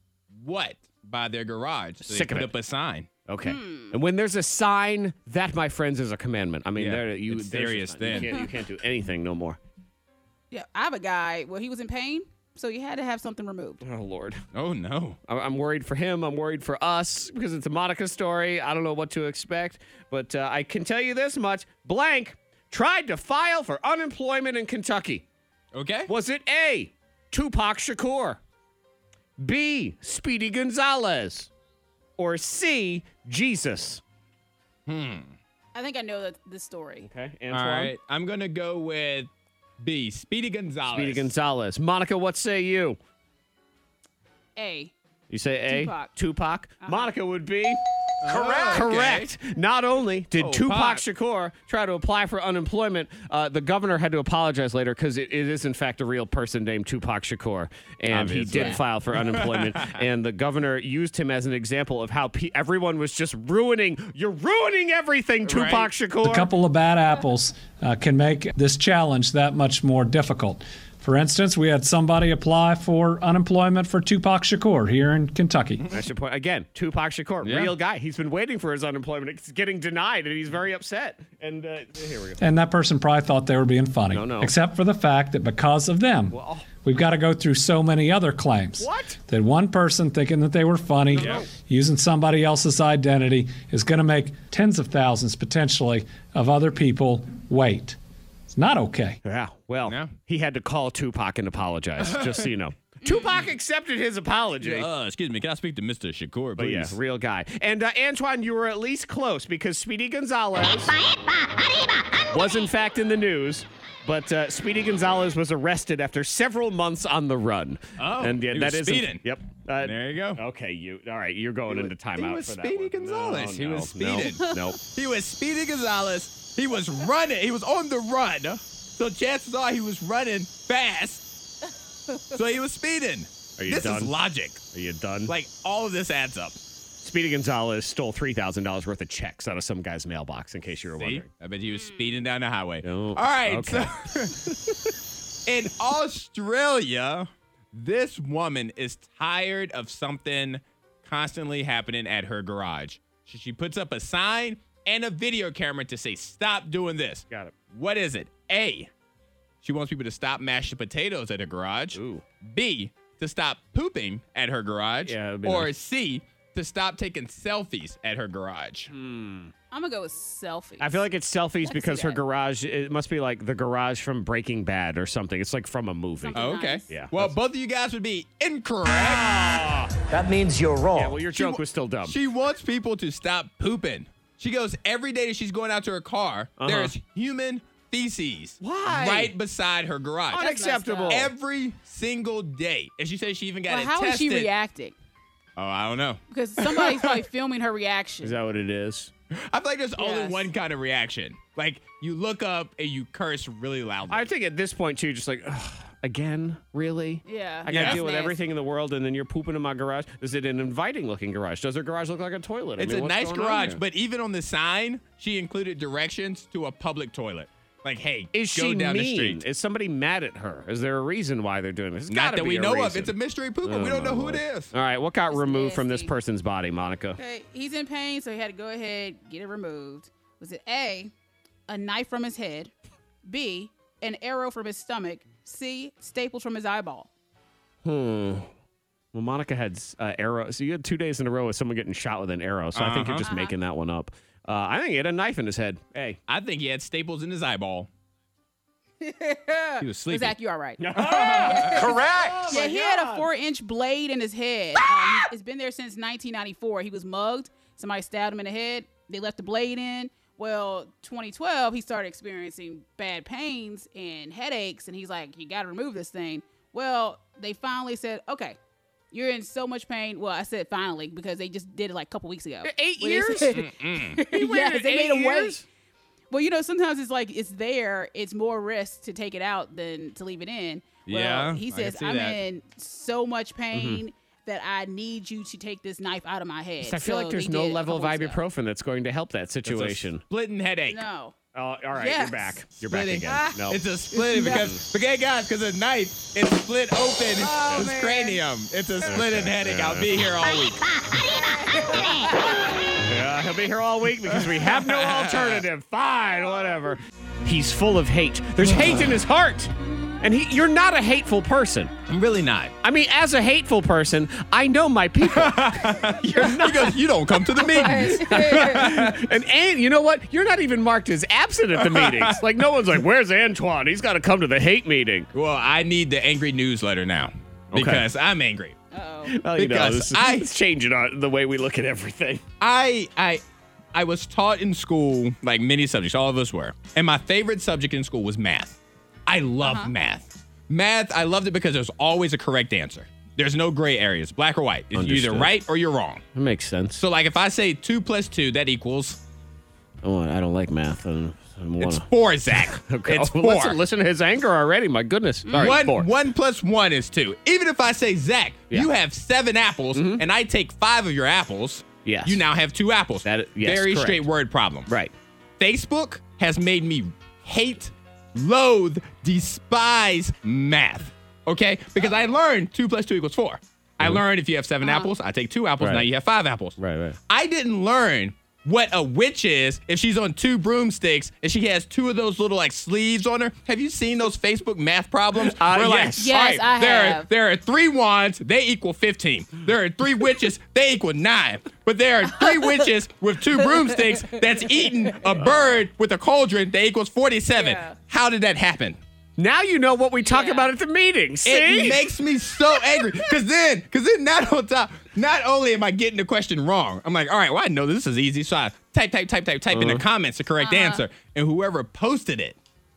what by their garage. So
Sick
they
of
put
it.
up a sign.
Okay. And when there's a sign, that, my friends, is a commandment. I mean,
Yeah,
there you
it's
there's
serious
just-
then.
You can't, you can't do anything no more.
Yeah, I have a guy. Well, he was in pain, so you had to have something removed.
Oh Lord,
Oh no.
I- I'm worried for him. I'm worried for us because it's a Monica story. I don't know what to expect, but uh, I can tell you this much: blank tried to file for unemployment in Kentucky.
Okay.
Was it A. Tupac Shakur, B. Speedy Gonzalez, or C. Jesus?
I think I know that this story.
Okay,
All right. I'm gonna go with B. Speedy Gonzalez.
Speedy Gonzalez. Monica, what say you?
A.
You say A.
Tupac.
Tupac. Monica would be
Correct.
correct. Not only did
Oh,
Tupac
pop.
Shakur try to apply for unemployment, uh, the governor had to apologize later because it, it is in fact a real person named Tupac Shakur, and he
Obviously.
did file for unemployment. and the governor used him as an example of how pe- everyone was just ruining. You're ruining everything, Tupac
Right.
Shakur.
A couple of bad apples uh, can make this challenge that much more difficult. For instance, we had somebody apply for unemployment for Tupac Shakur here in Kentucky.
That's your point. Again, Tupac Shakur,
Yeah.
real guy. He's been waiting for his unemployment. It's getting denied, and he's very upset. And uh, here we go.
And that person probably thought they were being funny.
no.
Except for the fact that because of them,
Well-
we've got to go through so many other claims.
What?
That one person thinking that they were funny, using somebody else's identity, is going to make tens of thousands potentially of other people wait. It's not okay.
Yeah. Well, he had to call Tupac and apologize, just so you know. Tupac accepted his apology.
Uh, excuse me, can I speak to Mr. Shakur,
But Oh, yeah,
please?
real guy. And uh, Antoine, you were at least close because Speedy Gonzalez was, in fact, in the news. But uh, Speedy Gonzalez was arrested after several months on the run.
Oh,
and yeah,
he
that
was
is a-
speeding.
yep. Uh,
There you go.
okay, you. All right, you're going into timeout
he was
for that
Speedy
one.
Gonzalez.
No,
He was
no,
speeding.
No, nope.
He was Speedy Gonzalez. He was running. He was on the run. So chances are he was running fast. So he was speeding.
Are you
this is
done?
logic.
Are you done?
Like all of this adds up.
Speedy Gonzalez stole three thousand dollars worth of checks out of some guy's mailbox. In case you were
See?
wondering.
I bet he was speeding down the highway.
No.
All right.
Okay.
So in Australia, this woman is tired of something constantly happening at her garage. She- She puts up a sign and a video camera to say, stop doing this.
Got it.
What is it? A, she wants people to stop mashing potatoes at her garage.
Ooh.
B, to stop pooping at her garage.
Yeah, that'd be
or
nice.
C, to stop taking selfies at her garage.
I'm gonna go with selfie.
I feel like it's selfies
see
because her
that.
garage. It must be like the garage from Breaking Bad or something. It's like from a movie.
Something.
Oh, okay.
Nice.
Yeah,
Well, both of you guys would be incorrect.
That means you're wrong.
Yeah, well, your joke
wa-
was still dumb.
She wants people to stop pooping. She goes every day that she's going out to her car. There's human feces.
Why?
Right beside her garage.
Unacceptable.
Every single day. And she says she even got
Well,
it
how is
tested.
she reacting?
Oh, I don't know.
Because somebody's probably filming her reaction.
Is that what it is?
I feel like there's only
Yes.
one kind of reaction. Like you look up and you curse really loudly.
I think at this point too, just like "Ugh, again, really.
Yeah.
I gotta
That's
deal with
nasty.
everything in the world, and then you're pooping in my garage. Is it an inviting looking garage? Does her garage look like a toilet? I
It's
mean,
a
what's
nice
going on
garage,
here?
but even on the sign, she included directions to a public toilet. Like, hey,
is
go
she
down
mean?
the street.
Is somebody mad at her? Is there a reason why they're doing this? There's
Not
gotta
that
be
we Oh,
a
know of.
reason.
It's a mystery pooper. we don't know who it is.
All right, what got removed from this
nasty.
person's body, Monica?
Okay, he's in pain, so he had to go ahead get it removed. Was it A, a knife from his head, B, an arrow from his stomach, C, staples from his eyeball?
Hmm. Well, Monica had uh, arrow. So you had two days in a row with someone getting shot with an arrow. So I think you're
Uh-huh.
just making that one up. Uh, I think he had a knife in his head. Hey.
I think he had staples in his eyeball. he was sleeping.
Zach, you all right?
Correct.
Oh
yeah, he had a four-inch blade in his head. Um, it's been there since 1994. He was mugged. Somebody stabbed him in the head. They left the blade in. Well, 2012, he started experiencing bad pains and headaches, and he's like, "You got to remove this thing." Well, they finally said, "Okay, you're in so much pain." Well, I said finally because they just did it like a couple weeks ago.
Eight
Where they
years?
said-
waited
yes, they
eight
made him wait.
years?
Well, you know, sometimes it's like it's there. It's more risk to take it out than to leave it in. Well,
Yeah, I
he
can
says
see
I'm
that." Mm-hmm.
in so much pain that I need you to take this knife out of my head.
I feel
So
like there's
they
no
did a
level of
couple weeks ago.
ibuprofen that's going to help that
It's a
situation.
splitting headache.
No.
Oh, all right,
Yes.
you're back. You're back
Splitting.
again. No.
It's a splitting because, forget guys, because a knife is split open his cranium. It's a splitting headache. I'll be here all week.
Yeah, he'll be here all week because we have no alternative. Fine, whatever. He's full of hate. There's hate in his heart. And he, you're not a hateful person.
I'm really not.
I mean, as a hateful person, I know my people. you're not.
Because you don't come to the meetings.
and, and you know what? You're not even marked as absent at the meetings. Like no one's like, "Where's Antoine? He's got to come to the hate meeting."
well, I need the angry newsletter now because I'm angry.
Well,
you know, Because this is- I-
it's changing our, the way we look at everything.
I I I was taught in school like many subjects, all of us were. And my favorite subject in school was math. I love math. Math, I loved it because there's always a correct answer. There's no gray areas, black or white. It's
Understood.
You're either right or you're wrong.
That makes sense.
So like if I say two plus two, that equals
Oh, I don't like math. I don't, I don't
it's
wanna-
four, Zach. It's
Well,
four.
Listen, listen to his anger already. My goodness. Sorry,
one,
four.
one plus one is two. Even if I say, Zach,
Yeah. Mm-hmm.
you have seven apples and I take five of your apples,
Yes.
you now have two apples.
That- yes,
Very
correct.
straight word problem.
Right.
Facebook has made me hate loathe, despise math. Okay? Because I learned two plus two equals four. I learned if you have 7 apples, I take two apples.
Mm-hmm. Uh-huh. Right.
Now you have five apples.
Right, right.
I didn't learn what a witch is if she's on two broomsticks and she has two of those little like sleeves on her. Have you seen those Facebook math problems?
Uh,
We're
yes.
all
Yes, I
there Are,
have.
there are three wands, they equal 15. There are three witches, they equal nine. But there are three witches with two broomsticks that's eating a bird with a cauldron that equals 47. How did that happen?
Now you know what we talk about at the meeting. See?
It makes me so angry. Cause then, cause then not on top, not only am I getting the question wrong, I'm like, all right, well, I know this is easy. So I type, type, type, type, type in the
Uh-huh.
comments the correct answer. And whoever posted it,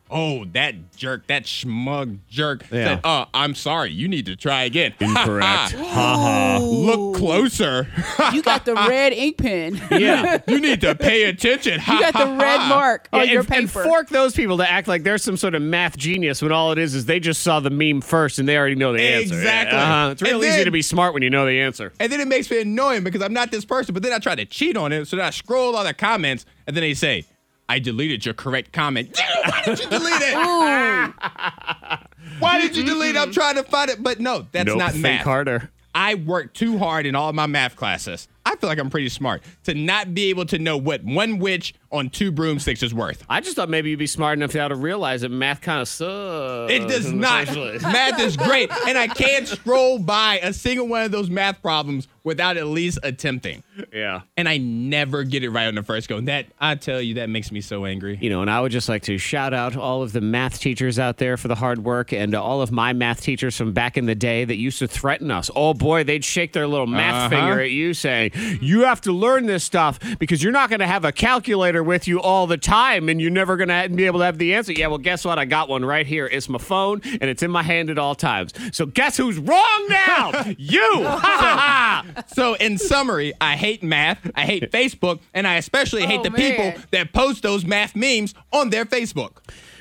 oh, that jerk, that schmug jerk said, oh, I'm sorry, you need to try again.
Incorrect.
Ha ha. Uh, Look closer.
You got the red ink pen.
Yeah.
you need to pay attention.
You got the red mark
Yeah,
on
and,
your
and
paper.
fork those people to act like they're some sort of math genius when all it is is they just saw the meme first and they already know the answer. Yeah,
Exactly.
uh-huh. It's real
And
easy
then-
to be smart when you know the answer.
And then it makes me annoying because I'm not this person, but then I try to cheat on it. So then I scroll all the comments and then they say, I deleted your correct comment. Why did you delete it?
Ooh.
Why did you delete it? I'm trying to find it. But no, that's
Nope,
not
think
math.
harder.
I worked too hard in all my math classes. I feel like I'm pretty smart to not be able to know what one witch on two broomsticks is worth.
I just thought maybe you'd be smart enough now to realize that math kind of sucks.
It does
in the
not.
first place.
Math is great. And I can't scroll by a single one of those math problems without at least attempting.
yeah.
and I never get it right on the first go. And that I tell you, that makes me so angry.
You know, and I would just like to shout out all of the math teachers out there for the hard work and uh, all of my math teachers from back in the day that used to threaten us. Oh boy, they'd shake their little math
Uh-huh.
finger at you saying, You have to learn this stuff because you're not going to have a calculator with you all the time and you're never going to be able to have the answer. Yeah, well, guess what? I got one right here. It's my phone and it's in my hand at all times. So guess who's wrong now? you! Ha, ha, ha.
So in summary, I hate math. I hate Facebook, and I especially hate
Oh,
the
man.
people that post those math memes on their Facebook.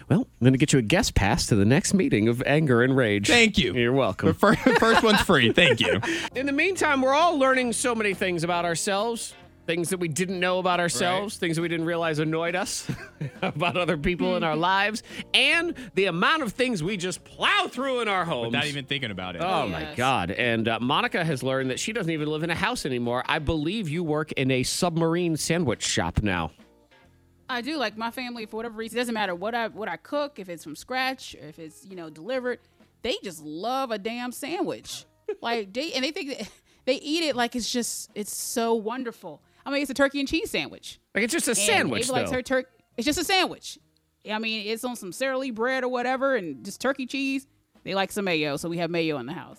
well, I'm going to get you a guest pass to the next meeting of anger and rage.
Thank you.
You're welcome.
The fir- first one's free. Thank you.
In the meantime, we're all learning so many things about ourselves. Things that we didn't know about ourselves, things that we didn't realize annoyed us about other people in our lives, and the amount of things we just plow through in our homes.
Not even thinking about it.
Oh my God. And uh, Monica has learned that she doesn't even live in a house anymore. I believe you work in a submarine sandwich shop now.
I do like my family for whatever reason. It doesn't matter what I what I cook, if it's from scratch, or if it's you know delivered. They just love a damn sandwich. like they and they think that they eat it like it's just it's so wonderful. I mean, it's a turkey and cheese sandwich.
Like it's just a
And
sandwich,
Ava likes
though.
her turkey. It's just a sandwich. I mean, it's on some Sara Lee bread or whatever, and just turkey cheese. They like some mayo, so we have mayo in the house.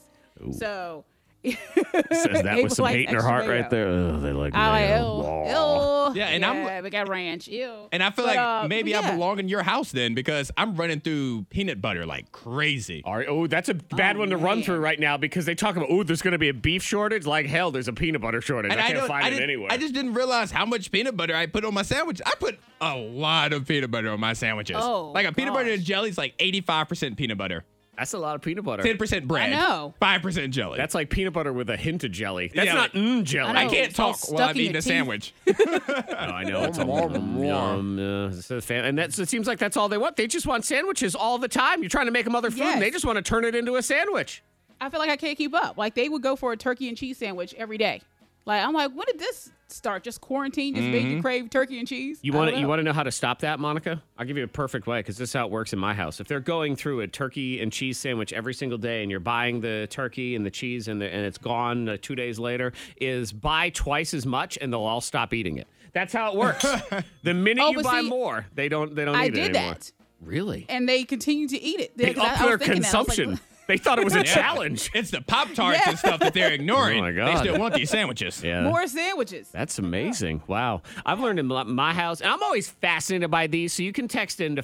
So
Says that
Ava
with some
likes
hate in her
extra
heart
mayo.
right there. Oh, they like
I like,
mayo.
ew, ew.
Yeah, and I'm-
we got ranch, ew.
And I feel
But,
like
uh,
maybe
yeah.
I belong in your house then because I'm running through peanut butter like crazy.
All right. Oh, that's a bad one to run through right now because they talk about, oh, there's going to be a beef shortage. Like, hell, there's a peanut butter shortage. I can't
don't-
find it
didn't-
anywhere.
I just didn't realize how much peanut butter I put on my sandwich. I put a lot of peanut butter on my sandwiches.
Oh,
like a peanut butter
gosh.
and jelly is like 85% peanut butter,
That's a lot of peanut butter.
10% bread,
know.
5% jelly.
That's like peanut butter with a hint of jelly. That's
Yeah,
not
like-
mm
I
jelly.
know.
I can't
Oh, It's all
talk while
stuck
I'm
in
eating
your
a
teeth.
sandwich.
I know. It's a yum, yum, uh, it's a fan- and that's, it seems like that's all they want. They just want sandwiches all the time. You're trying to make them other food,
Yes.
and they just want to turn it into a sandwich.
I feel like I can't keep up. Like they would go for a turkey and cheese sandwich every day. Like I'm like, when did this start? Just quarantine just made
Mm-hmm.
you crave turkey and cheese?
You
I
want
don't
to you
know.
want to know how to stop that, Monica? I'll give you a perfect way because this is how it works in my house. If they're going through a turkey and cheese sandwich every single day, and you're buying the turkey and the cheese, and the, and it's gone uh, two days later, is buy twice as much, and they'll all stop eating it. That's how it works. the minute
Oh,
you
but
buy
see,
more, they don't they don't
I
eat it
did
anymore.
that,
Really?
and they continue to eat it.
They
'Cause I-
up
I was
their
thinking that. I was like,
consumption. they thought it was a
Yeah.
challenge.
It's the Pop Tarts and stuff that they're ignoring.
Oh, my
They
God.
still want these sandwiches.
Yeah.
More sandwiches.
That's amazing. Wow. I've learned in my- my house, and I'm always fascinated by these. So you can text into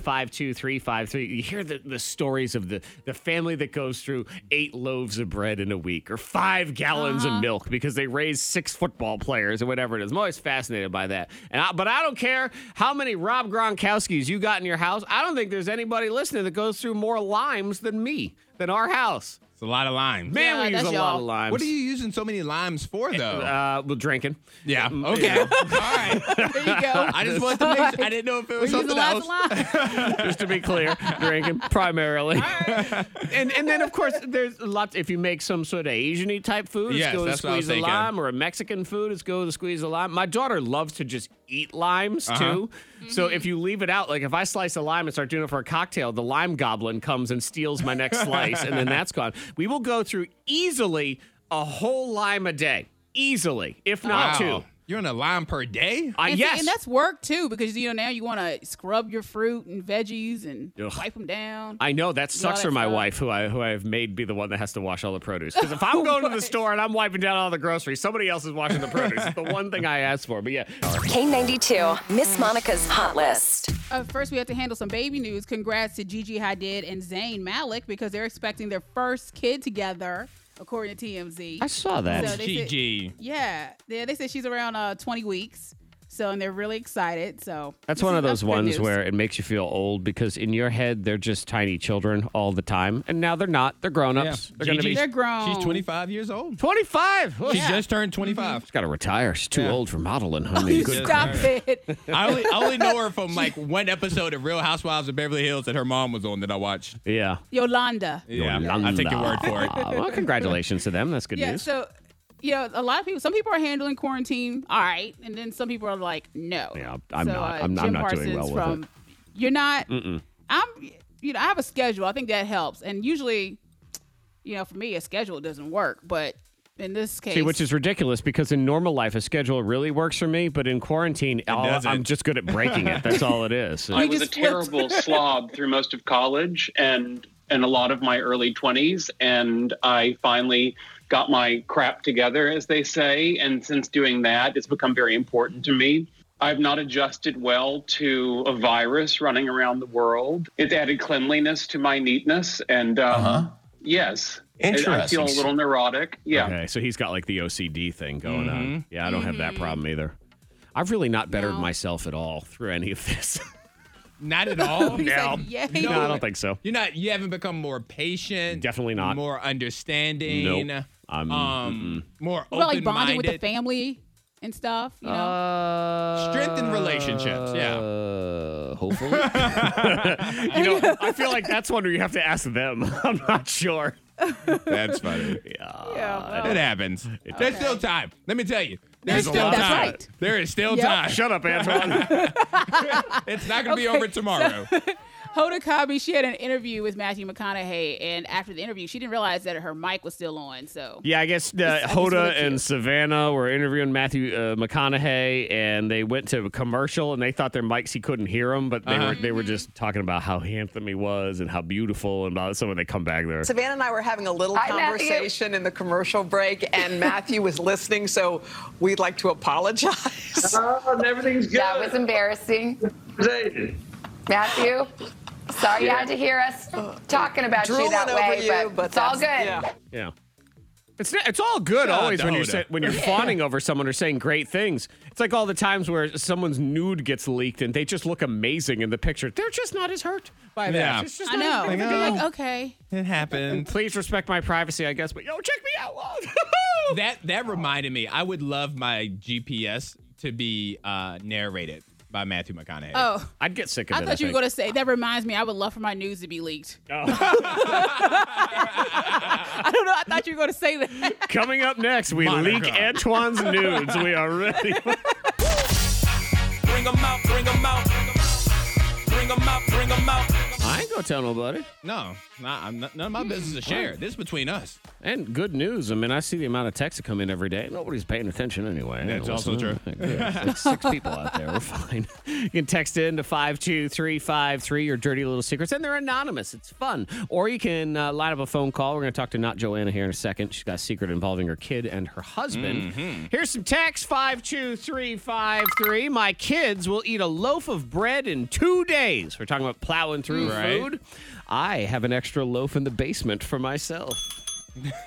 52353. You hear the, the stories of the, the family that goes through eight loaves of bread in a week or five gallons
Uh-huh.
of milk because they raise six football players or whatever it is. I'm always fascinated by that. And I, But I don't care how many Rob Gronkowskis you got in your house. I don't think there's anybody listening that goes through more limes than me, than our house.
It's a a lot of lime.
Man, we use a lot of limes.
What are you using so many limes for, though?
Uh, well, drinking.
Yeah. Okay. All right.
There you go.
I just wanted to make sure. I didn't know if it was
We're using
something
lots of
else.
lime.
just to be clear, drinking primarily. and and then of course there's lots. If you make some sort of Asian-y type food,
Yes,
it's go to
that's what I was
squeeze a
thinking.
lime, or a Mexican food, it's go to squeeze a lime. My daughter loves to just eat limes
Uh-huh.
too. So if you leave it out, like if I slice a lime and start doing it for a cocktail, the lime goblin comes and steals my next slice, and then that's gone. We will go through easily a whole lime a day, easily, if not
Wow.
two.
You're on a lime per day?
Uh,
And, see-
yes.
and that's work too because you know now you want to scrub your fruit and veggies and
Ugh.
wipe them down.
I know that sucks
that
for my
stuff.
wife, who I who I have made be the one that has to wash all the produce. Because if
Oh
I'm going to the store and I'm wiping down all the groceries, somebody else is washing the produce. it's the one thing I asked for. But yeah,
K92, Miss Monica's Hot List.
Uh, first, we have to handle some baby news. Congrats to Gigi Hadid and Zayn Malik because they're expecting their first kid together, according to TMZ.
I saw that.
So they said-
GG.
yeah, yeah, they said she's around uh, 20 weeks, so and they're really excited. So
that's
this
one
is-
of those
good
ones
news.
where it makes you feel old because in your head they're just tiny children all the time, and now they're not. They're grown ups. They're going to be
They're grown.
She's 25 years old.
25. Well,
She just turned 25.
She's got to retire. She's too old for modeling, honey.
You
Good.
Stop it.
I only, I only know her from like one episode of Real Housewives of Beverly Hills that her mom was on that I watched.
Yeah.
Yolanda.
Yeah, I take your word for it.
Ah, well, congratulations to them. That's good
Yeah,
news.
so you know, a lot of people. Some people are handling quarantine all right, and then some people are like, no.
Yeah, I'm
So,
not-
uh,
I'm not- I'm
Jim
not doing well
Parsons
with
from,
it.
You're not. I'm. You know, I have a schedule. I think that helps. And usually, you know, for me, a schedule doesn't work. But in this case,
See, which is ridiculous because in normal life a schedule really works for me, but in quarantine, all-
doesn't.
I'm just good at breaking it. That's all it is.
I
You
was a
just flipped.
terrible slob through most of college and and a lot of my early 20s and I finally got my crap together as they say and since doing that it's become very important to me. I've not adjusted well to a virus running around the world. It's added cleanliness to my neatness and um, yes, I feel a
Interesting.
little neurotic. Yeah.
Okay, so he's got like the OCD thing going on. Yeah, I don't have that problem either. I've really not bettered myself at all through any of this.
Not at all.
You said yay.
no, I don't think so.
You're not. You haven't become more patient.
Definitely not.
More understanding.
Nope. I'm-
um, more
What about like bonding with the
open-minded.
family and stuff? You know,
Uh,
Strengthen relationships, yeah.
Uh, hopefully. you know, I feel like that's one where you have to ask them. I'm not sure.
That's funny.
yeah, well,
It happens. There's still time. Let me tell you. There's,
There's
still
still- that's
time.
right.
There is still
Yep.
time.
Shut up, Antoine.
It's not going to be
Okay,
over tomorrow.
Hoda Kotb, she had an interview with Matthew McConaughey, and after the interview, she didn't realize that her mic was still on. So
Yeah, I guess uh,
I just
Hoda
wanted to-
and Savannah were interviewing Matthew uh, McConaughey, and they went to a commercial, and they thought their mics he couldn't hear them, but they
Uh-huh.
were they
Mm-hmm.
were just talking about how handsome he was and how beautiful, and about so when they come back there.
Savannah and I were having a little
Hi, Matthew.
conversation in the commercial break, and Matthew was listening, so we'd like to apologize.
Oh, and everything's good. That was embarrassing. Matthew, sorry you had to hear us talking about you
Drooling
that
over
way,
you,
but,
but
it's all good.
that's-
Yeah. It's, not- it's all good
Shout out
always
to
when you're
Hoda.
sa- when you're fawning over someone or saying great things. It's like all the times where someone's nude gets leaked and they just look amazing in the picture. They're just not as hurt by that.
Yeah.
It's just
I
not as
know.
big of a
They're
deal.
like, okay.
it happened.
Please respect my privacy, I guess. But yo, check me out.
That that reminded me. I would love my GPS to be uh, narrated by Matthew McConaughey.
Oh,
I'd get sick of
I
it.
thought you were
think.
going to say that reminds me. I would love for my news to be leaked. I don't know. I thought you were going to say that.
Coming up next, we
Monica.
leak Antoine's nudes. We are ready.
Bring them out, bring them out. Bring them out, bring them out.
I ain't gonna tell nobody.
No, nah, I'm not, none of my business is shared. This is between us.
And good news. I mean, I see the amount of texts that come in every day. Nobody's paying attention anyway.
That's
It's
also true.
Like six people out there. We're fine. You can text in to 52353 your dirty little secrets, and they're anonymous. It's fun. Or you can uh, line up a phone call. We're going to talk to Not Joanna here in a second. She's got a secret involving her kid and her husband.
Mm-hmm.
Here's some text 52353. My kids will eat a loaf of bread in two days. We're talking about plowing through
Right.
food. I have an extra loaf in the basement for myself.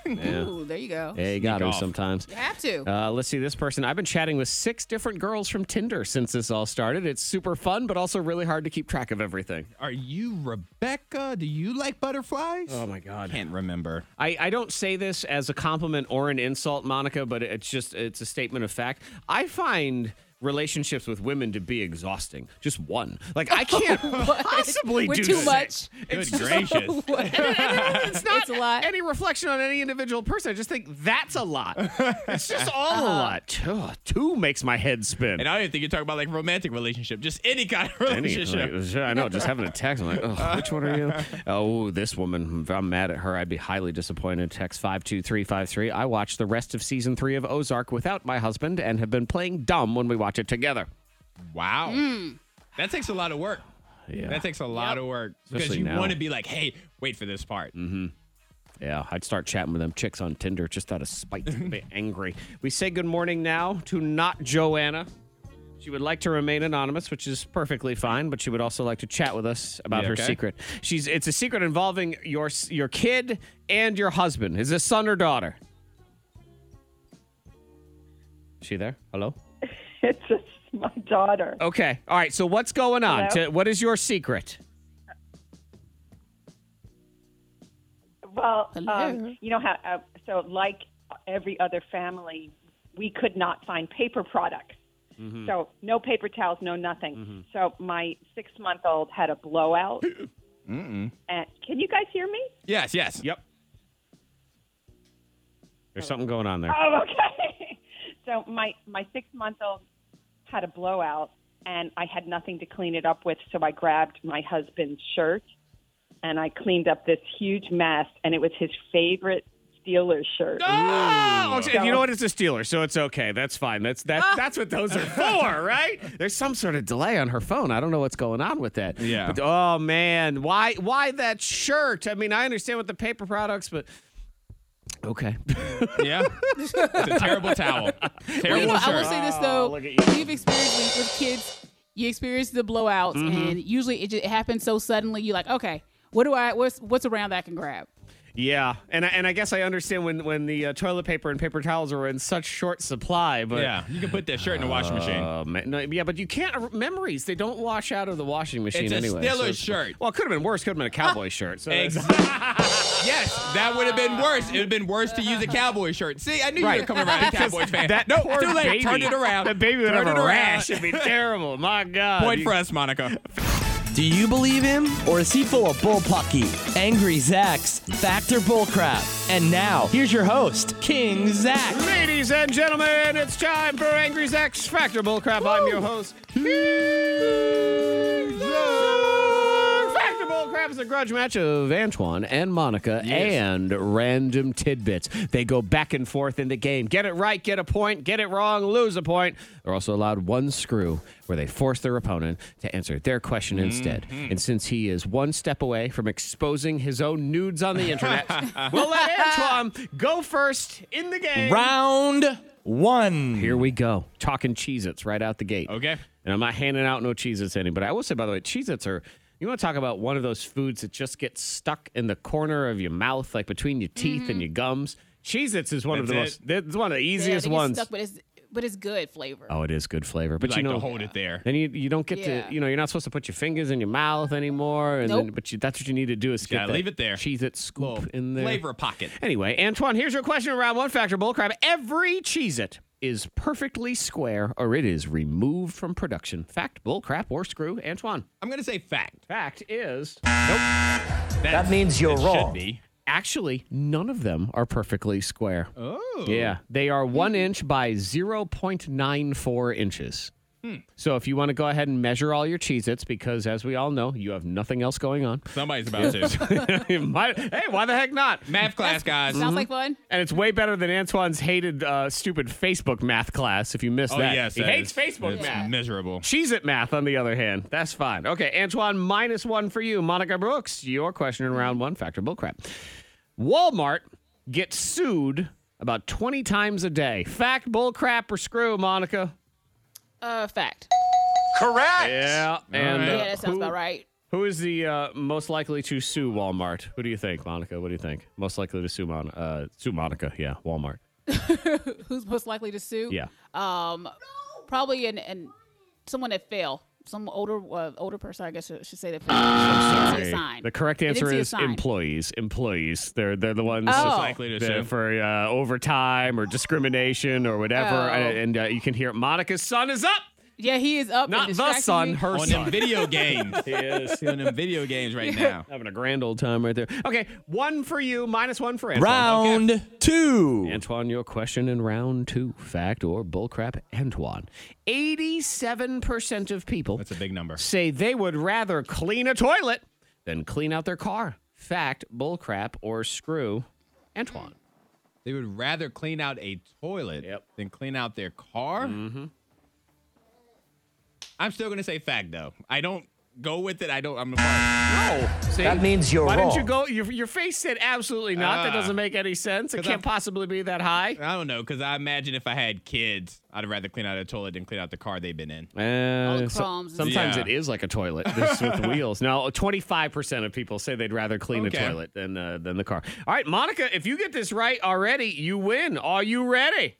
Yeah.
Ooh, there you go.
Yeah, you got to sometimes.
You have to.
Eh. Uh, let's see this person. I've been chatting with six different girls from Tinder since this all started. It's super fun, but also really hard to keep track of everything.
Are you Rebecca? Do you like butterflies? Oh
my god.
Can't remember.
I, I don't say this as a compliment or an insult, Monica, but it's just it's a statement of fact. I find relationships with women to be exhausting. Just one. Like I can't possibly
We're
do
too
six.
much.
Good
It's just-
eh, gracious.
it's not any reflection on any individual person. I just think that's a lot. It's just all a lot. Ugh, two makes my head spin.
And I don't even think you're talking about like romantic relationship, just any kind of
Any-
relationship.
like, I know, just having a text. I'm like, oh, which one are you? Oh, this woman. If I'm mad at her, I'd be highly disappointed. Text 52353. I watched the rest of season three of Ozark without my husband and have been playing dumb when we watch it together.
Wow. That takes a lot of work.
Yeah.
That takes a lot of work because
Especially
you
now.
want to be like, hey, wait for this part.
Mm-hmm. Yeah, I'd start chatting with them chicks on Tinder just out of spite, to be angry. We say good morning now to not Joanna. She would like to remain anonymous, which is perfectly fine, but she would also like to chat with us about
Yeah,
her
okay.
secret. She's it's a secret involving your s- your kid and your husband. Is this son or daughter? She there? Hello.
It's just my daughter.
Okay. All right. So what's going on?
Hello?
To- what is your secret?
Well,
Hello.
um, you know how, uh, so like every other family, we could not find paper products. So no paper towels, no nothing.
Mhm.
So my six month old had a blowout.
Mm-mm.
and Can you guys hear me?
Yes, yes.
Yep. There's something going on there.
Oh, okay. So my, my six month old had a blowout, and I had nothing to clean it up with, so I grabbed my husband's shirt and I cleaned up this huge mess, and it was his favorite Steelers shirt.
Oh, okay. you know what? It's a Steeler, so it's okay. That's fine. That's that, That's what those are for, right? Ah. There's some sort of delay on her phone. I don't know what's going on with that.
Yeah.
But, oh man, why why that shirt? I mean, I understand with the paper products, but okay.
Yeah. it's a terrible towel.
Well, you
Terrible
know, I
shirt.
will say this though: you. have experienced with, with kids, you experience the blowouts,
Mhm.
and usually it just happens so suddenly. You're like, okay, what do I? What's what's around that I can grab?
Yeah, and I, and I guess I understand when when the uh, toilet paper and paper towels are in such short supply, but
yeah, you can put that shirt in the washing machine.
Uh, ma- no, yeah, but you can't. uh, Memories they don't wash out of the washing machine
It's a
anyway.
Steelers
it's-
shirt.
Well, it could have been worse. Could have been a cowboy shirt. So
Ex-
it's-
yes, that would have been worse. It would have been worse to use a Cowboy shirt. See, I knew you
Right.
were coming around, a
Because
Cowboy fan.
that
no,
poor
too late.
baby-
Turn it around.
that baby would
Turn
have
it
a
around.
rash. It'd be terrible. My God.
Point
You-
for us, Monica.
Do you believe him, or is he full of bullpucky? Angry Zach's Factor Bullcrap. And now, here's your host, King Zach.
Ladies and gentlemen, it's time for Angry Zach's Factor Bullcrap. I'm your host. King Zach. Factor Bullcrap is a grudge match of Antoine and Monica and random tidbits. They go back and forth in the game. Get it right, get a point. Get it wrong, lose a point. They're also allowed one screw where they force their opponent to answer their question instead.
Mm-hmm.
And since he is one step away from exposing his own nudes on the internet, we'll let Antoine go first in the game.
Round one.
Here we go. Talking Cheez Its right out the gate.
Okay.
And I'm not handing out no Cheez Its any, but I will say, by the way, Cheez Its are, you want to talk about one of those foods that just gets stuck in the corner of your mouth, like between your teeth and your gums? Cheez Its is one of the
That's
most, it's one of the
Mm-hmm. Yeah,
easiest
they get
ones.
stuck, but it's but it's good flavor.
Oh, it is good flavor, but you,
like to
know,
hold it there.
Then you, you don't get
Yeah.
to you know you're not supposed to put your fingers in your mouth anymore. And then,
Nope.
but you, that's what you need to do is
gotta
get that
leave it there.
Cheese it scoop in there.
Flavor pocket.
Anyway, Antoine, here's your question around one factor bullcrap. Every Cheez It is perfectly square or it is removed from production. Fact, bullcrap, or screw, Antoine.
I'm going to say fact.
Fact is.
That's-
means you're
it should
wrong.
be. Actually, none of them are perfectly square.
Oh.
Yeah. They are one inch by 0.94 inches. So if you want to go ahead and measure all your Cheez Its, because as we all know, you have nothing else going on.
Somebody's about to.
It might- hey, why the heck not?
Math class, guys.
Sounds like fun.
And it's way better than Antoine's hated, uh, stupid Facebook math class. If you missed
Oh,
that,
yes.
he
that
hates
is-
Facebook
it's
math.
miserable.
Cheez It math, on the other hand, that's fine. Okay, Antoine, minus one for you. Monica Brooks, your question in round one factor bullcrap. Walmart gets sued about 20 times a day. Fact, bullcrap, or screw, Monica?
Uh, fact.
Correct.
Yeah.
yeah,
And uh,
that sounds
who-
about right.
Who is the uh, most likely to sue Walmart? Who do you think, Monica? What do you think? Most likely to sue Mon- uh, sue Monica? Yeah, Walmart.
Who's most likely to sue?
Yeah.
Um, probably an, an someone that fell. Some older uh, older person, I guess, I should say that. failed. They didn't see a sign.
Uh, The correct
They didn't
answer
see a
is
sign.
employees. Employees. They're they're the ones
Most Oh. likely
to
that-
sue.
for uh, overtime or discrimination or whatever.
Oh.
And, and, uh, you can hear Monica's son is up.
Yeah, he is up.
Not
and
the
distracting
son,
me.
her
on
son.
them video games.
He is.
on them video games right now.
Having a grand old time right there. Okay, one for you, minus one for Antoine.
Round two.
Antoine, your question in round two fact or bullcrap, Antoine. 87% of people
That's a big number.
say they would rather clean a toilet than clean out their car. Fact, bullcrap, or screw, Antoine.
They would rather clean out a toilet than clean out their car.
Mm-hmm.
I'm still gonna say fact though. I don't go with it. I don't. I'm. No.
See?
That means you're
Why didn't
wrong.
you go? Your, your face said absolutely not. that
Ah.
doesn't make any sense. It
'Cause
can't
I'm-
possibly be that high.
I don't know because I imagine if I had kids, I'd rather clean out a toilet than clean out the car they've been in.
Uh,
the
so-
crumbs and
sometimes
stuff.
it is like a toilet this with wheels. Now, twenty five percent of people say they'd rather clean
Okay.
a toilet than uh, than the car. All right, Monica, if you get this right already, you win. Are you ready?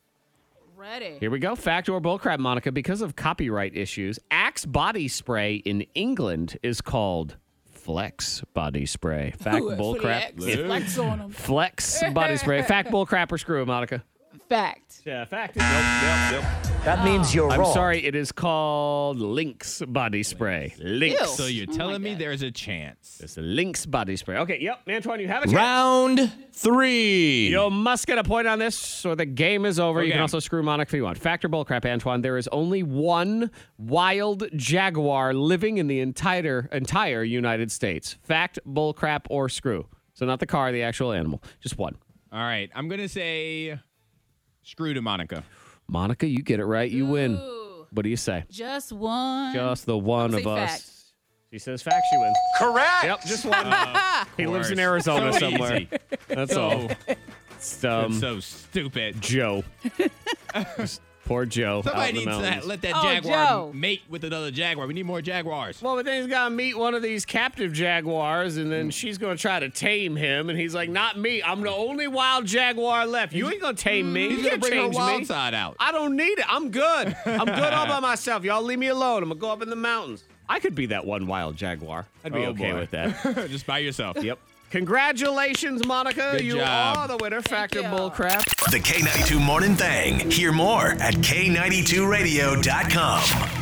Ready.
Here we go. Fact or bullcrap, Monica? Because of copyright issues, Axe body spray in England is called Flex body spray. Fact,
Ooh, for the
bullcrap,
ex. Flex on him.
Flex body spray. Fact, bullcrap, or screw, it, Monica?
Fact.
Yeah, fact. Nope, nope, nope.
That means you're
I'm
wrong.
sorry. It is called Lynx body spray. Lynx.
Ew.
So you're telling
Oh
me there's a chance.
It's a Lynx body spray. Okay, yep, Antoine, you have a chance.
Round three.
You must get a point on this, or the game is over. You
Okay.
can also screw Monica if you want. Factor bullcrap, Antoine. There is only one wild jaguar living in the entire entire United States. Fact, bullcrap, or screw. So not the car, the actual animal. Just one.
All right. I'm gonna say screw to Monica.
Monica, you get it right, you win. What do you say?
Just one.
Just the one
Say
of us.
fact.
She says fact, she wins.
Correct.
Yep, just one. he lives in
course.
Arizona
So
somewhere.
easy.
That's all.
So
It's, um,
so stupid.
Joe. Just Poor Joe. out
Somebody
in the
needs to
mountains.
let that
Oh,
jaguar
Joe.
mate with another jaguar. We need more jaguars.
Well, but then he's gonna meet one of these captive jaguars, and then she's gonna try to tame him, and he's like, "Not me! I'm the only wild jaguar left. You ain't gonna tame me.
He's
you
gonna
can't
bring her
change
wild
me.
side out.
I don't need it. I'm good. I'm good all by myself. Y'all leave me alone. I'm gonna go up in the mountains. I could be that one wild jaguar. I'd be
Oh,
okay
boy.
with that.
Just by yourself.
yep. Congratulations, Monica.
Good
you
job.
are the winner. Factor
you.
bullcrap.
The K92 Morning Thing. Hear more at K92Radio.com.